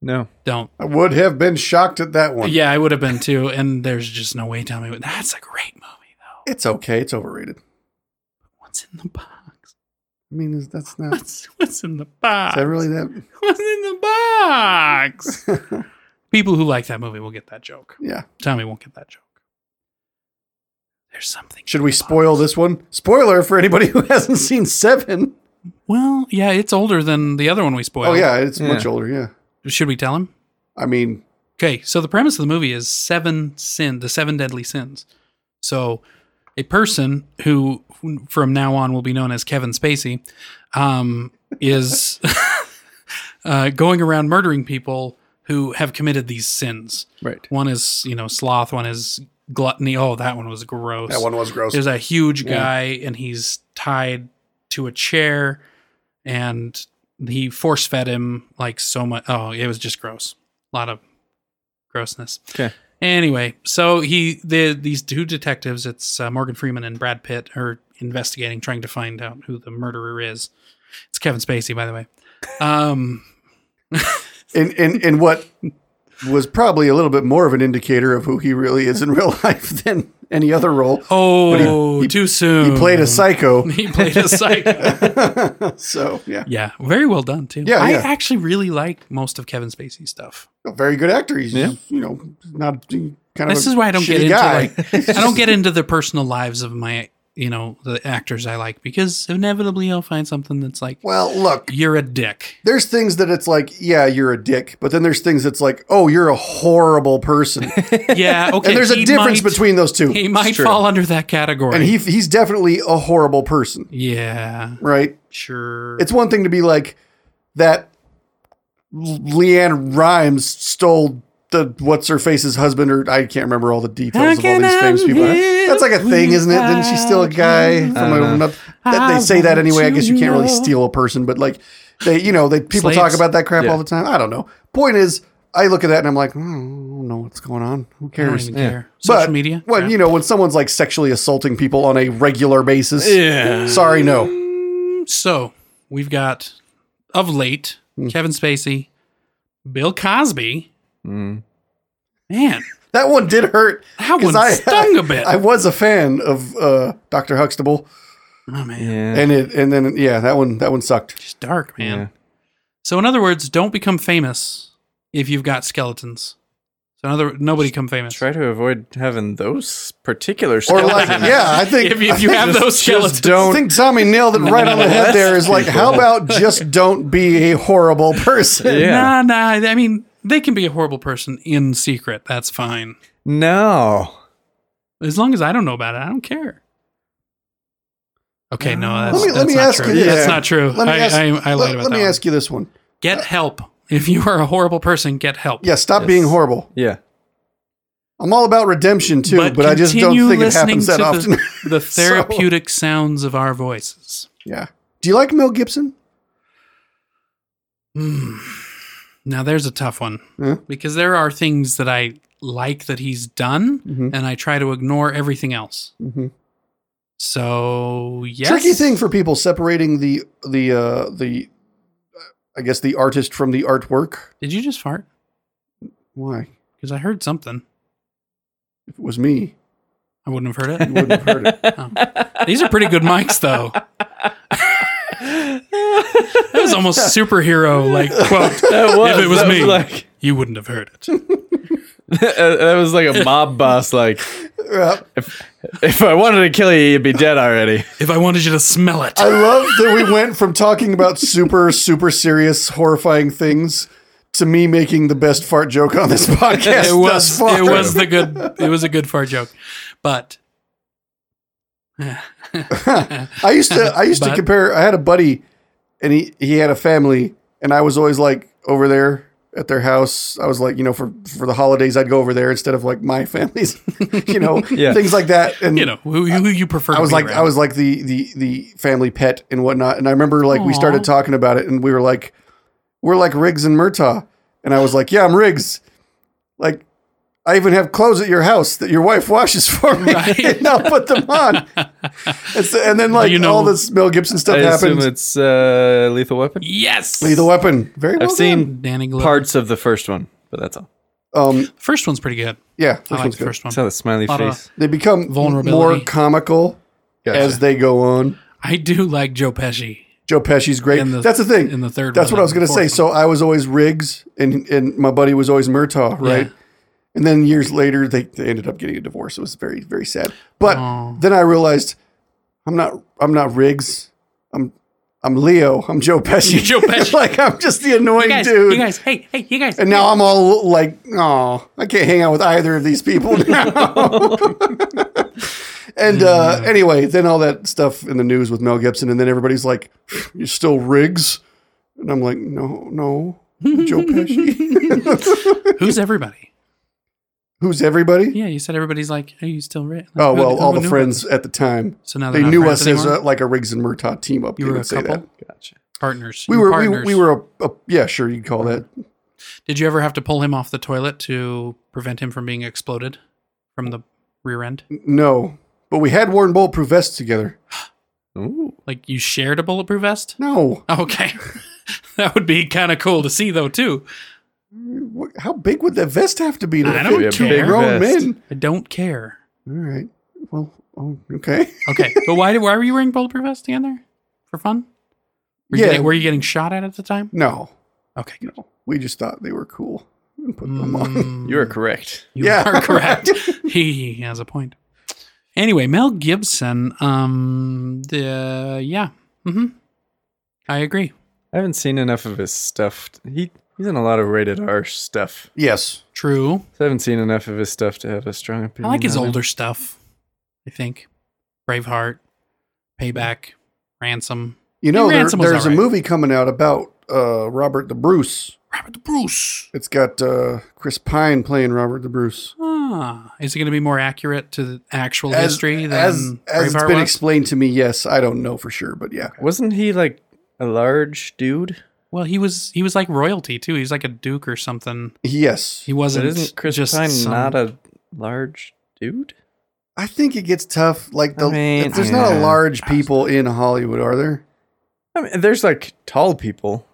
Speaker 3: No.
Speaker 2: Don't.
Speaker 4: I would have been shocked at that one.
Speaker 2: Yeah, I would have been too. And there's just no way Tommy would. That's a great movie though.
Speaker 4: It's okay. It's overrated.
Speaker 2: What's in the box?
Speaker 4: I mean, is, that's not. Is
Speaker 2: What's what's in the box?
Speaker 4: that really that?
Speaker 2: What's in the box? People who like that movie will get that joke.
Speaker 4: Yeah.
Speaker 2: Tommy won't get that joke. There's something.
Speaker 4: Should we spoil this one? Spoiler for anybody who hasn't seen Seven.
Speaker 2: Well, yeah, it's older than the other one we spoiled.
Speaker 4: Oh yeah, it's
Speaker 3: Yeah.
Speaker 4: much older. Yeah.
Speaker 2: Should we tell him?
Speaker 4: I mean,
Speaker 2: Okay, so the premise of the movie is seven sin, the seven deadly sins. So, a person who from now on will be known as Kevin Spacey um, is uh, going around murdering people who have committed these sins.
Speaker 3: Right.
Speaker 2: One is, you know, sloth. One is gluttony. Oh, that one was gross.
Speaker 4: that one was gross.
Speaker 2: There's a huge guy, and he's tied to a chair, and he force fed him like so much. Oh, it was just gross. A lot of grossness.
Speaker 3: Okay.
Speaker 2: Anyway, so he the these two detectives, it's uh, Morgan Freeman and Brad Pitt, are investigating, trying to find out who the murderer is. It's Kevin Spacey, by the way. Um,
Speaker 4: in, in in what was probably a little bit more of an indicator of who he really is in real life than any other role.
Speaker 2: oh,
Speaker 4: he-
Speaker 2: too soon.
Speaker 4: He played a psycho,
Speaker 2: He played a psycho.
Speaker 4: so yeah,
Speaker 2: yeah, very well done too.
Speaker 4: Yeah,
Speaker 2: I
Speaker 4: yeah.
Speaker 2: actually really like most of Kevin Spacey's stuff.
Speaker 4: a very good actor. He's
Speaker 3: Yeah.
Speaker 4: you know not kind of.
Speaker 2: this
Speaker 4: a
Speaker 2: is why I don't get
Speaker 4: shitty
Speaker 2: into
Speaker 4: guy.
Speaker 2: like I don't get into the personal lives of my you know the actors I like because inevitably I'll find something that's like
Speaker 4: Well, look,
Speaker 2: you're a dick.
Speaker 4: there's things that it's like, yeah, you're a dick, but then there's things that's like, oh, you're a horrible person, and
Speaker 2: Yeah, okay.
Speaker 4: there's a
Speaker 2: he
Speaker 4: difference
Speaker 2: might-
Speaker 4: between those two.
Speaker 2: he might
Speaker 3: true.
Speaker 2: fall under that category.
Speaker 4: and he he's definitely a horrible person,
Speaker 2: yeah,
Speaker 4: right?
Speaker 2: sure.
Speaker 4: It's one thing to be like that. Leanne Rhymes stole the what's her face's husband, or I can't remember all the details of all
Speaker 2: can
Speaker 4: these
Speaker 2: I
Speaker 4: famous people.
Speaker 2: live
Speaker 4: That's like a thing, isn't it? Didn't she steal a guy from
Speaker 3: know.
Speaker 4: another? That
Speaker 2: I
Speaker 4: they say that
Speaker 2: want
Speaker 4: anyway. I guess you
Speaker 2: to
Speaker 4: can't really
Speaker 2: know.
Speaker 4: steal a person, but like they, you know, they people talk
Speaker 2: Slaves.
Speaker 4: about that crap
Speaker 3: Yeah.
Speaker 4: all the time. I don't know. Point is, I look at that and I'm like, "Oh, I don't know what's going on. Who
Speaker 2: I don't
Speaker 4: cares?
Speaker 2: even
Speaker 3: Yeah.
Speaker 2: care. Social media.
Speaker 4: Well,
Speaker 2: Yeah.
Speaker 4: you know, when someone's like sexually assaulting people on a regular basis,
Speaker 3: Yeah.
Speaker 4: sorry, no.
Speaker 2: so we've got of late
Speaker 4: Hmm.
Speaker 2: Kevin Spacey, Bill Cosby.
Speaker 3: Mm.
Speaker 2: Man,
Speaker 4: That one did hurt.
Speaker 2: that
Speaker 4: Hmm. 'Cause
Speaker 2: one
Speaker 4: I-
Speaker 2: stung a bit.
Speaker 4: I was a fan of uh, Doctor Huxtable,
Speaker 2: oh man,
Speaker 3: Yeah.
Speaker 4: and it and then yeah, that one that one sucked.
Speaker 2: it's dark, man.
Speaker 3: Yeah.
Speaker 2: So in other words, don't become famous if you've got skeletons. So in other nobody become famous.
Speaker 3: Try to avoid having those particular
Speaker 4: Or
Speaker 3: skeletons.
Speaker 4: like, yeah, I think
Speaker 2: If you, if you
Speaker 4: I think
Speaker 2: have
Speaker 3: just-
Speaker 2: those
Speaker 3: just
Speaker 2: skeletons,
Speaker 4: I
Speaker 3: don't-
Speaker 4: think Tommy nailed it right on the head. There is like, how
Speaker 3: people.
Speaker 4: about just don't be a horrible person?
Speaker 2: Nah,
Speaker 3: Yeah.
Speaker 2: nah. I mean, they can be a horrible person in secret. That's fine.
Speaker 3: No.
Speaker 2: As long as I don't know about it, I don't care. Okay, no, that's,
Speaker 4: Let me- let
Speaker 2: that's
Speaker 4: me
Speaker 2: not
Speaker 4: ask
Speaker 2: true.
Speaker 4: you this.
Speaker 2: That's not true.
Speaker 4: Let me
Speaker 2: I,
Speaker 4: ask,
Speaker 2: I, I lied
Speaker 4: let,
Speaker 2: about
Speaker 4: let
Speaker 2: that.
Speaker 4: me
Speaker 2: one.
Speaker 4: ask you this one.
Speaker 2: Get help. If you are a horrible person, get help.
Speaker 4: Yeah, stop being
Speaker 3: Yes.
Speaker 4: horrible.
Speaker 3: Yeah.
Speaker 4: I'm all about redemption too, but, I just don't
Speaker 2: continue
Speaker 4: think it
Speaker 2: listening
Speaker 4: happens that
Speaker 2: to
Speaker 4: often.
Speaker 2: The, the therapeutic sounds of our voices.
Speaker 4: yeah. Do you like Mel Gibson?
Speaker 2: Now, there's a tough one
Speaker 4: Yeah.
Speaker 2: because there are things that I like that he's done,
Speaker 4: Mm-hmm.
Speaker 2: and I try to ignore everything else.
Speaker 4: Mhm.
Speaker 2: So, yes.
Speaker 4: Tricky thing for people separating the the uh, the uh, I guess the artist from the artwork.
Speaker 2: Did you just fart?
Speaker 4: Why?
Speaker 2: Because I heard something.
Speaker 4: If it was me,
Speaker 2: I wouldn't have heard
Speaker 4: you
Speaker 2: it.
Speaker 4: wouldn't have heard it.
Speaker 2: These are pretty good mics, though. That was almost superhero like quote.
Speaker 3: That was,
Speaker 2: If it was
Speaker 3: that
Speaker 2: me.
Speaker 3: like,
Speaker 2: You wouldn't have heard it.
Speaker 3: that was like a mob boss. Like,
Speaker 4: Yeah.
Speaker 3: if I wanted to kill you, you'd be dead already.
Speaker 2: If I wanted you to smell it,
Speaker 4: I love that we went from talking about super, super serious, horrifying things to me making the best fart joke on this podcast.
Speaker 2: it was
Speaker 4: thus far.
Speaker 2: it was the good it was a good fart joke, but
Speaker 4: I used to I used to
Speaker 2: But-
Speaker 4: compare. I had a buddy, and he he had a family, and I was always like over there at their house. I was like, you know, for for the holidays, I'd go over there instead of like my family's, you know,
Speaker 3: Yeah.
Speaker 4: things like that. And
Speaker 2: you know who, who you prefer.
Speaker 4: I
Speaker 2: to
Speaker 4: was
Speaker 2: be
Speaker 4: like
Speaker 2: around.
Speaker 4: I was like the the the family pet and whatnot. And I remember like we
Speaker 2: Aw.
Speaker 4: started talking about it, and we were like, we're like Riggs and Murtaugh, and I was like, yeah, I'm Riggs, like. I even have clothes at your house that your wife washes for me,
Speaker 2: Right.
Speaker 4: and I'll put them on. And, so, and then, like
Speaker 2: you know-
Speaker 4: all this Mel Gibson stuff
Speaker 3: I assume
Speaker 4: happens.
Speaker 3: it's uh, Lethal Weapon.
Speaker 2: yes.
Speaker 4: Lethal Weapon, very well
Speaker 3: I've seen
Speaker 2: Danny Glover.
Speaker 3: parts of the first one, but that's all.
Speaker 4: done. Um,
Speaker 2: First one's pretty good.
Speaker 4: yeah, this
Speaker 2: I like
Speaker 4: one's
Speaker 2: the
Speaker 4: good.
Speaker 2: first one.
Speaker 3: Saw the smiley
Speaker 2: Lot of-
Speaker 3: face.
Speaker 4: They become more
Speaker 2: Vulnerability.
Speaker 4: comical as they go on.
Speaker 2: I do like Joe Pesci.
Speaker 4: Joe Pesci's great.
Speaker 2: In the-
Speaker 4: That's the thing.
Speaker 2: in the third
Speaker 4: That's
Speaker 2: one
Speaker 4: what I was
Speaker 2: and
Speaker 4: going
Speaker 2: the
Speaker 4: to say.
Speaker 2: fourth
Speaker 4: So I was always Riggs, and and my buddy was always Murtaugh, right?
Speaker 2: Yeah.
Speaker 4: And then years later, they, they ended up getting a divorce. It was very very sad. But
Speaker 2: Aw.
Speaker 4: then I realized I'm not I'm not Riggs. I'm I'm Leo. I'm Joe Pesci.
Speaker 2: Joe Pesci.
Speaker 4: like I'm just the annoying dude.
Speaker 2: hey, hey, you guys.
Speaker 4: and now I'm all like, oh, I can't hang out with either of these people now. and uh, anyway, then all that stuff in the news with Mel Gibson, and then everybody's like, "You're still Riggs," and I'm like, "No, no, Joe Pesci."
Speaker 2: Who's everybody?
Speaker 4: Who's everybody?
Speaker 2: Yeah, you said everybody's like, are you still rich?
Speaker 4: Oh well, all the friends at the time.
Speaker 2: So now
Speaker 4: They
Speaker 2: they're not
Speaker 4: knew
Speaker 2: friends
Speaker 4: us as
Speaker 2: anymore?
Speaker 4: a, like a Riggs and Murtaugh team up.
Speaker 2: You
Speaker 4: They
Speaker 2: were
Speaker 4: would
Speaker 2: a
Speaker 4: say that.
Speaker 2: couple?
Speaker 3: Gotcha.
Speaker 2: partners.
Speaker 4: We
Speaker 2: You
Speaker 4: were we,
Speaker 2: partners.
Speaker 4: we were a, a yeah sure you'd call that
Speaker 2: Did you ever have to pull him off the toilet to prevent him from being exploded from the rear end?
Speaker 4: no, but we had worn bulletproof vests together.
Speaker 3: Ooh.
Speaker 2: Like you shared a bulletproof vest?
Speaker 4: No,
Speaker 2: Okay. that would be kind of cool to see though too.
Speaker 4: What- How big would that vest have to be to
Speaker 2: I don't
Speaker 4: fit two
Speaker 2: care. Big
Speaker 4: grown
Speaker 3: vest.
Speaker 4: men?
Speaker 2: I don't care.
Speaker 4: All right. Well, oh, okay.
Speaker 2: Okay. but why did, why were you wearing bulletproof vest again there? For fun? Were
Speaker 4: Yeah.
Speaker 2: You getting, were you getting shot at at the time?
Speaker 4: No,
Speaker 2: Okay. Good.
Speaker 4: we just thought they were cool and put them on.
Speaker 3: You are correct.
Speaker 2: You
Speaker 4: Yeah.
Speaker 2: are correct. he has a point. Anyway, Mel Gibson. Um, the yeah, hmm I agree.
Speaker 3: I haven't seen enough of his stuff. He he's in a lot of rated R stuff.
Speaker 4: Yes.
Speaker 2: True.
Speaker 3: So I haven't seen enough of his stuff to have a strong
Speaker 2: I
Speaker 3: opinion.
Speaker 2: like his
Speaker 3: on him.
Speaker 2: older stuff. I think Braveheart, Payback, Ransom,
Speaker 4: You know, there-
Speaker 2: Ransom was
Speaker 4: there's a
Speaker 2: alright.
Speaker 4: movie coming out about uh, Robert the Bruce.
Speaker 2: Robert the Bruce.
Speaker 4: It's got uh, Chris Pine playing Robert the Bruce.
Speaker 2: Ah, is it going to be more accurate to the actual
Speaker 4: As-
Speaker 2: history than
Speaker 4: as, as it's
Speaker 2: Braveheart
Speaker 4: been
Speaker 2: was?
Speaker 4: explained to me, yes, I don't know for sure, but yeah.
Speaker 3: Wasn't he like a large dude?
Speaker 2: well, he was he was like royalty too. He was like a duke or something.
Speaker 4: Yes,
Speaker 2: He wasn't.
Speaker 3: But isn't Chris
Speaker 2: just
Speaker 3: Pine
Speaker 2: some-
Speaker 3: not a large dude?
Speaker 4: I think it gets tough. Like the
Speaker 3: I mean,
Speaker 4: there's not a
Speaker 3: yeah.
Speaker 4: large people in Hollywood, are there?
Speaker 3: I mean, there's like tall people.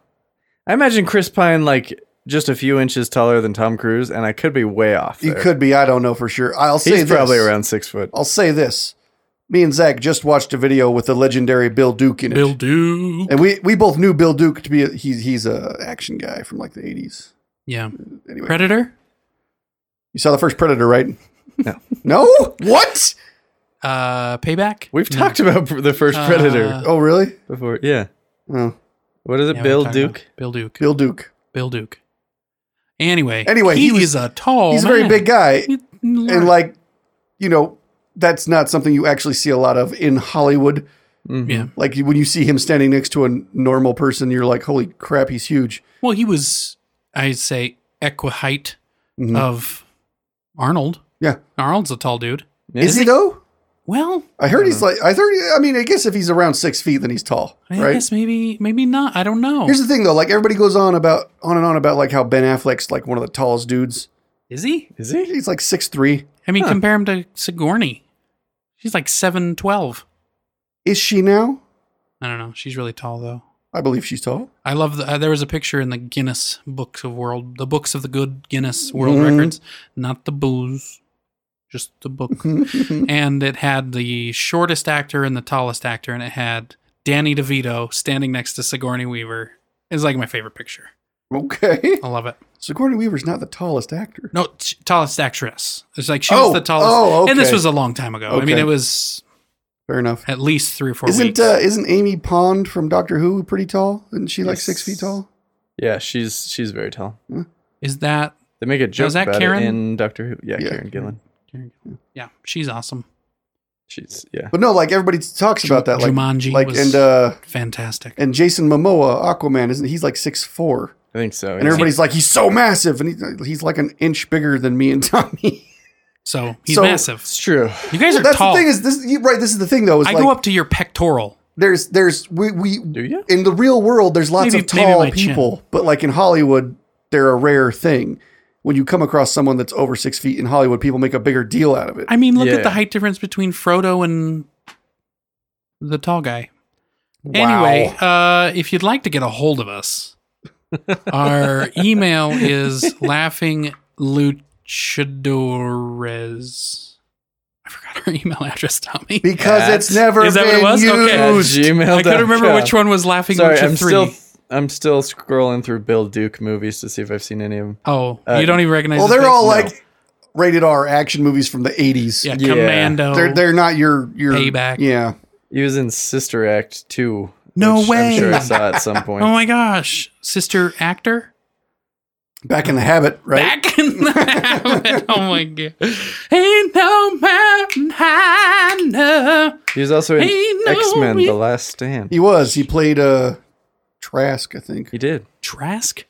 Speaker 3: I imagine Chris Pine like just a few inches taller than Tom Cruise, and I could be way off.
Speaker 4: You
Speaker 3: there.
Speaker 4: could be. I don't know for sure. I'll say
Speaker 3: He's
Speaker 4: this. Oh.
Speaker 3: probably around six foot.
Speaker 4: I'll say this. me and Zach just watched a video with the legendary Bill Duke in it.
Speaker 2: Bill Duke.
Speaker 4: and we, we both knew Bill Duke to be a, he's he's a action guy from like the eighties.
Speaker 2: Yeah.
Speaker 4: Anyway,
Speaker 2: Predator.
Speaker 4: you saw the first Predator, right?
Speaker 3: No.
Speaker 4: no. What?
Speaker 2: Uh, Payback.
Speaker 3: We've
Speaker 2: No.
Speaker 3: talked about the first
Speaker 2: Uh,
Speaker 3: Predator
Speaker 4: Oh, really?
Speaker 3: before. Yeah.
Speaker 4: Oh,
Speaker 3: What is it?
Speaker 2: Yeah, we've
Speaker 3: Bill
Speaker 2: talked about
Speaker 3: Duke?
Speaker 2: Bill Duke.
Speaker 4: Bill Duke.
Speaker 2: Bill Duke. Anyway.
Speaker 4: Anyway,
Speaker 2: he,
Speaker 4: he was-
Speaker 2: is a tall.
Speaker 4: Oh, he's a very
Speaker 2: man.
Speaker 4: big guy,
Speaker 2: He-
Speaker 4: and like, you know, that's not something you actually see a lot of in Hollywood.
Speaker 2: yeah.
Speaker 4: Like when you see him standing next to a normal person, you're like, holy crap, he's huge.
Speaker 2: Well, he was, I'd say, equiheight
Speaker 4: Mm-hmm.
Speaker 2: of Arnold.
Speaker 4: Yeah.
Speaker 2: Arnold's a tall dude.
Speaker 3: Yeah.
Speaker 4: Is he though?
Speaker 2: Well,
Speaker 4: I heard he's like I heard. I mean, I guess if he's around six feet, then he's tall,
Speaker 2: I
Speaker 4: right?
Speaker 2: guess maybe, maybe not. I don't know.
Speaker 4: Here's the thing though, like everybody goes on about on and on about like how Ben Affleck's like one of the tallest dudes.
Speaker 2: Is he?
Speaker 3: Is he?
Speaker 4: He's like six three.
Speaker 2: I mean,
Speaker 3: Huh.
Speaker 2: compare him to Sigourney. She's like seven twelve.
Speaker 4: Is she now?
Speaker 2: I don't know. She's really tall though.
Speaker 4: I believe she's tall.
Speaker 2: I love the. Uh, there was a picture in the Guinness Books of World, the books of the good Guinness World
Speaker 4: Mhm.
Speaker 2: Records, not the booze, just the book. and it had the shortest actor and the tallest actor, and it had Danny DeVito standing next to Sigourney Weaver. It's like my favorite picture.
Speaker 4: Okay.
Speaker 2: I love it.
Speaker 4: Sigourney Weaver's not the tallest actor.
Speaker 2: No, t- tallest actress. It's like she
Speaker 4: Oh,
Speaker 2: was the tallest.
Speaker 4: oh,
Speaker 2: And this
Speaker 4: okay.
Speaker 2: was a long time ago. I mean,
Speaker 4: Okay.
Speaker 2: it was
Speaker 4: Fair enough.
Speaker 2: at least three or four
Speaker 4: Isn't
Speaker 2: weeks.
Speaker 4: uh, isn't Amy Pond from Doctor Who pretty tall? Isn't she like
Speaker 3: Yes.
Speaker 4: six feet tall?
Speaker 3: Yeah, she's she's very tall.
Speaker 2: Is that
Speaker 3: They make a joke
Speaker 2: that
Speaker 3: about
Speaker 2: Karen?
Speaker 3: it in Doctor Who. Yeah,
Speaker 4: Yeah.
Speaker 3: Karen Gillan.
Speaker 2: Yeah, she's awesome.
Speaker 3: She's yeah.
Speaker 4: But no, like everybody talks about that. Like
Speaker 2: Jumanji
Speaker 4: like
Speaker 2: was-
Speaker 4: and uh
Speaker 2: Fantastic.
Speaker 4: and Jason Momoa, Aquaman, isn't he's like six four?
Speaker 3: I think so.
Speaker 4: And
Speaker 3: yeah.
Speaker 4: everybody's like, he's so massive, and he, he's like an inch bigger than me and Tommy.
Speaker 2: So he's
Speaker 4: So-
Speaker 2: massive.
Speaker 3: it's true.
Speaker 2: You guys are
Speaker 4: That's
Speaker 2: tall.
Speaker 4: the thing is this you, right. This is the thing though. Is
Speaker 2: I
Speaker 4: like,
Speaker 2: go up to your pectoral.
Speaker 4: there's there's we, we
Speaker 3: Do you?
Speaker 4: in the real world there's lots
Speaker 2: Maybe-
Speaker 4: of
Speaker 2: maybe
Speaker 4: tall
Speaker 2: my chin.
Speaker 4: people but like in hollywood they're a rare thing when you come across someone that's over six feet in hollywood people make a bigger deal out of it
Speaker 2: I mean, look at
Speaker 3: Yeah.
Speaker 2: the height difference between Frodo and the tall guy.
Speaker 4: Wow.
Speaker 2: Anyway, uh, if you'd like to get a hold of us, our email is laughing luchadores. I forgot our email address, Tommy.
Speaker 4: because
Speaker 3: That's-
Speaker 4: it's never
Speaker 2: Is that what
Speaker 4: been
Speaker 2: it was?
Speaker 4: used
Speaker 2: Okay.
Speaker 3: At gmail.com.
Speaker 2: I couldn't remember which one was laughing
Speaker 3: Sorry,
Speaker 2: lucha
Speaker 3: I'm
Speaker 2: 3.
Speaker 3: still I'm still scrolling through Bill Duke movies to see if I've seen any of them.
Speaker 2: oh,
Speaker 3: uh,
Speaker 2: you don't even recognize
Speaker 4: well
Speaker 2: his
Speaker 4: they're
Speaker 2: face?
Speaker 4: all
Speaker 3: No.
Speaker 4: like rated r action movies from the 80s
Speaker 2: yeah,
Speaker 3: Yeah.
Speaker 2: Commando.
Speaker 4: they're, they're not your your
Speaker 2: Payback.
Speaker 4: yeah
Speaker 3: He was in Sister Act 2.
Speaker 2: No
Speaker 3: which
Speaker 2: way.
Speaker 3: I'm sure I saw at some point.
Speaker 2: oh my gosh. Sister actor?
Speaker 4: back in the habit right
Speaker 2: back in the habit. Oh my god. Ain't no mountain high enough.
Speaker 3: He was also in
Speaker 2: Ain't no
Speaker 3: X Men:
Speaker 2: re-
Speaker 3: The Last Stand.
Speaker 4: he was he played uh trask i think
Speaker 3: He did.
Speaker 2: Trask?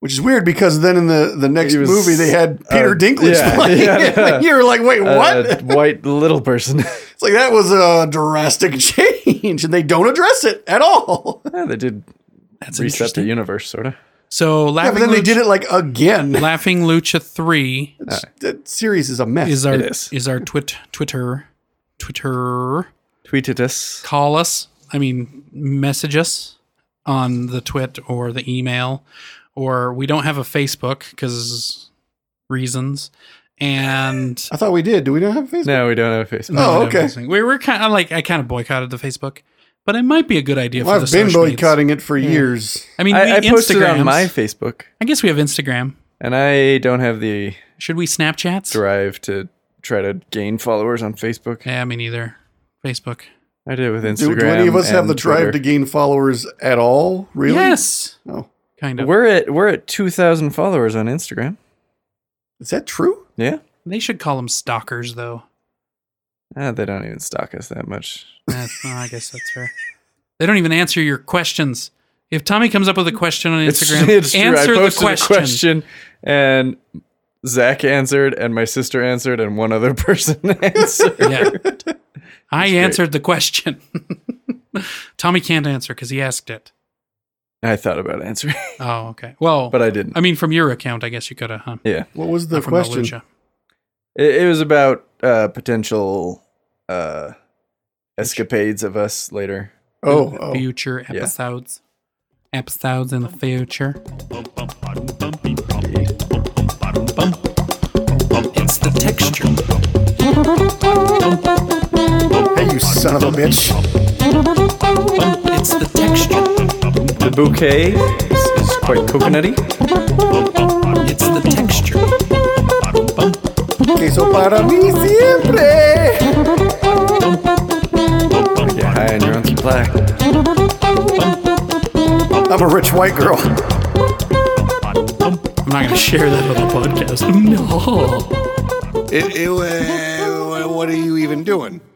Speaker 4: which is weird because then in the the next
Speaker 3: He was,
Speaker 4: movie they had peter
Speaker 3: uh,
Speaker 4: dinklage
Speaker 3: yeah,
Speaker 4: playing it.
Speaker 3: yeah.
Speaker 4: Like, you were like wait what
Speaker 3: Uh, white little person.
Speaker 4: It's like that was a drastic change, and they don't address it at all.
Speaker 3: yeah, they did
Speaker 2: That's
Speaker 3: reset the
Speaker 2: interesting.
Speaker 3: universe, sort of.
Speaker 2: So
Speaker 4: Yeah,
Speaker 2: laughing,
Speaker 4: but then they
Speaker 2: Luch-
Speaker 4: did it like again.
Speaker 2: laughing Lucha Three
Speaker 4: That series is a mess.
Speaker 2: is our
Speaker 3: It
Speaker 2: is.
Speaker 3: is.
Speaker 2: our twit Twitter Twitter.
Speaker 3: Tweeted us.
Speaker 2: Call us. I mean, message us on the twit or the email, or we don't have a Facebook because reasons. And
Speaker 4: I thought we did. Do we not have Facebook?
Speaker 3: No, we don't have a Facebook.
Speaker 4: Oh,
Speaker 2: No, no,
Speaker 4: okay.
Speaker 2: no, We were kind of like I kind of boycotted the Facebook, but it might be a good idea
Speaker 4: Well,
Speaker 2: for
Speaker 4: I've
Speaker 2: the
Speaker 4: been
Speaker 2: social medias.
Speaker 4: boycotting it for years.
Speaker 2: I mean, we,
Speaker 3: I, I posted
Speaker 2: Instagrams.
Speaker 3: on my Facebook,
Speaker 2: I guess we have Instagram.
Speaker 3: and I don't have the
Speaker 2: Should we Snapchats?
Speaker 3: drive to try to gain followers on Facebook.
Speaker 2: Yeah, me neither. Facebook.
Speaker 3: I did with Instagram.
Speaker 4: Do, do any of us have
Speaker 3: and
Speaker 4: the drive to
Speaker 3: Twitter.
Speaker 4: gain followers at all? Really?
Speaker 2: Yes,
Speaker 4: Oh,
Speaker 2: kind of.
Speaker 3: We're at we're at two thousand followers on Instagram.
Speaker 4: is that true?
Speaker 3: Yeah,
Speaker 2: they should call them stalkers, though.
Speaker 3: Ah, they don't even stalk us that much.
Speaker 2: That's, oh, I guess that's fair. They don't even answer your questions. If Tommy comes up with a question on Instagram, answer
Speaker 3: I
Speaker 2: the
Speaker 3: posted
Speaker 2: question.
Speaker 3: a question, and Zach answered, and my sister answered, and one other person answered.
Speaker 2: Yeah. I answered the question. Tommy can't answer because he asked it.
Speaker 3: I thought about answering,
Speaker 2: Oh, okay. Well,
Speaker 3: but I didn't.
Speaker 2: I mean, from your account, I guess you could have, huh?
Speaker 3: yeah,
Speaker 4: What was the
Speaker 2: Not from
Speaker 4: question?
Speaker 2: Lucha.
Speaker 3: it, it was about uh, potential uh, escapades of us later.
Speaker 4: Oh, oh.
Speaker 2: future episodes. Episodes in the future.
Speaker 1: It's the texture.
Speaker 4: Hey, you son of a bitch.
Speaker 5: It's the texture.
Speaker 3: The bouquet is, is quite coconutty.
Speaker 5: It's the texture.
Speaker 4: Queso para mí siempre.
Speaker 3: Get high on your own supply.
Speaker 4: I'm a rich white girl.
Speaker 2: I'm not going to share that on the podcast. No.
Speaker 4: It, it, uh, what are you even doing?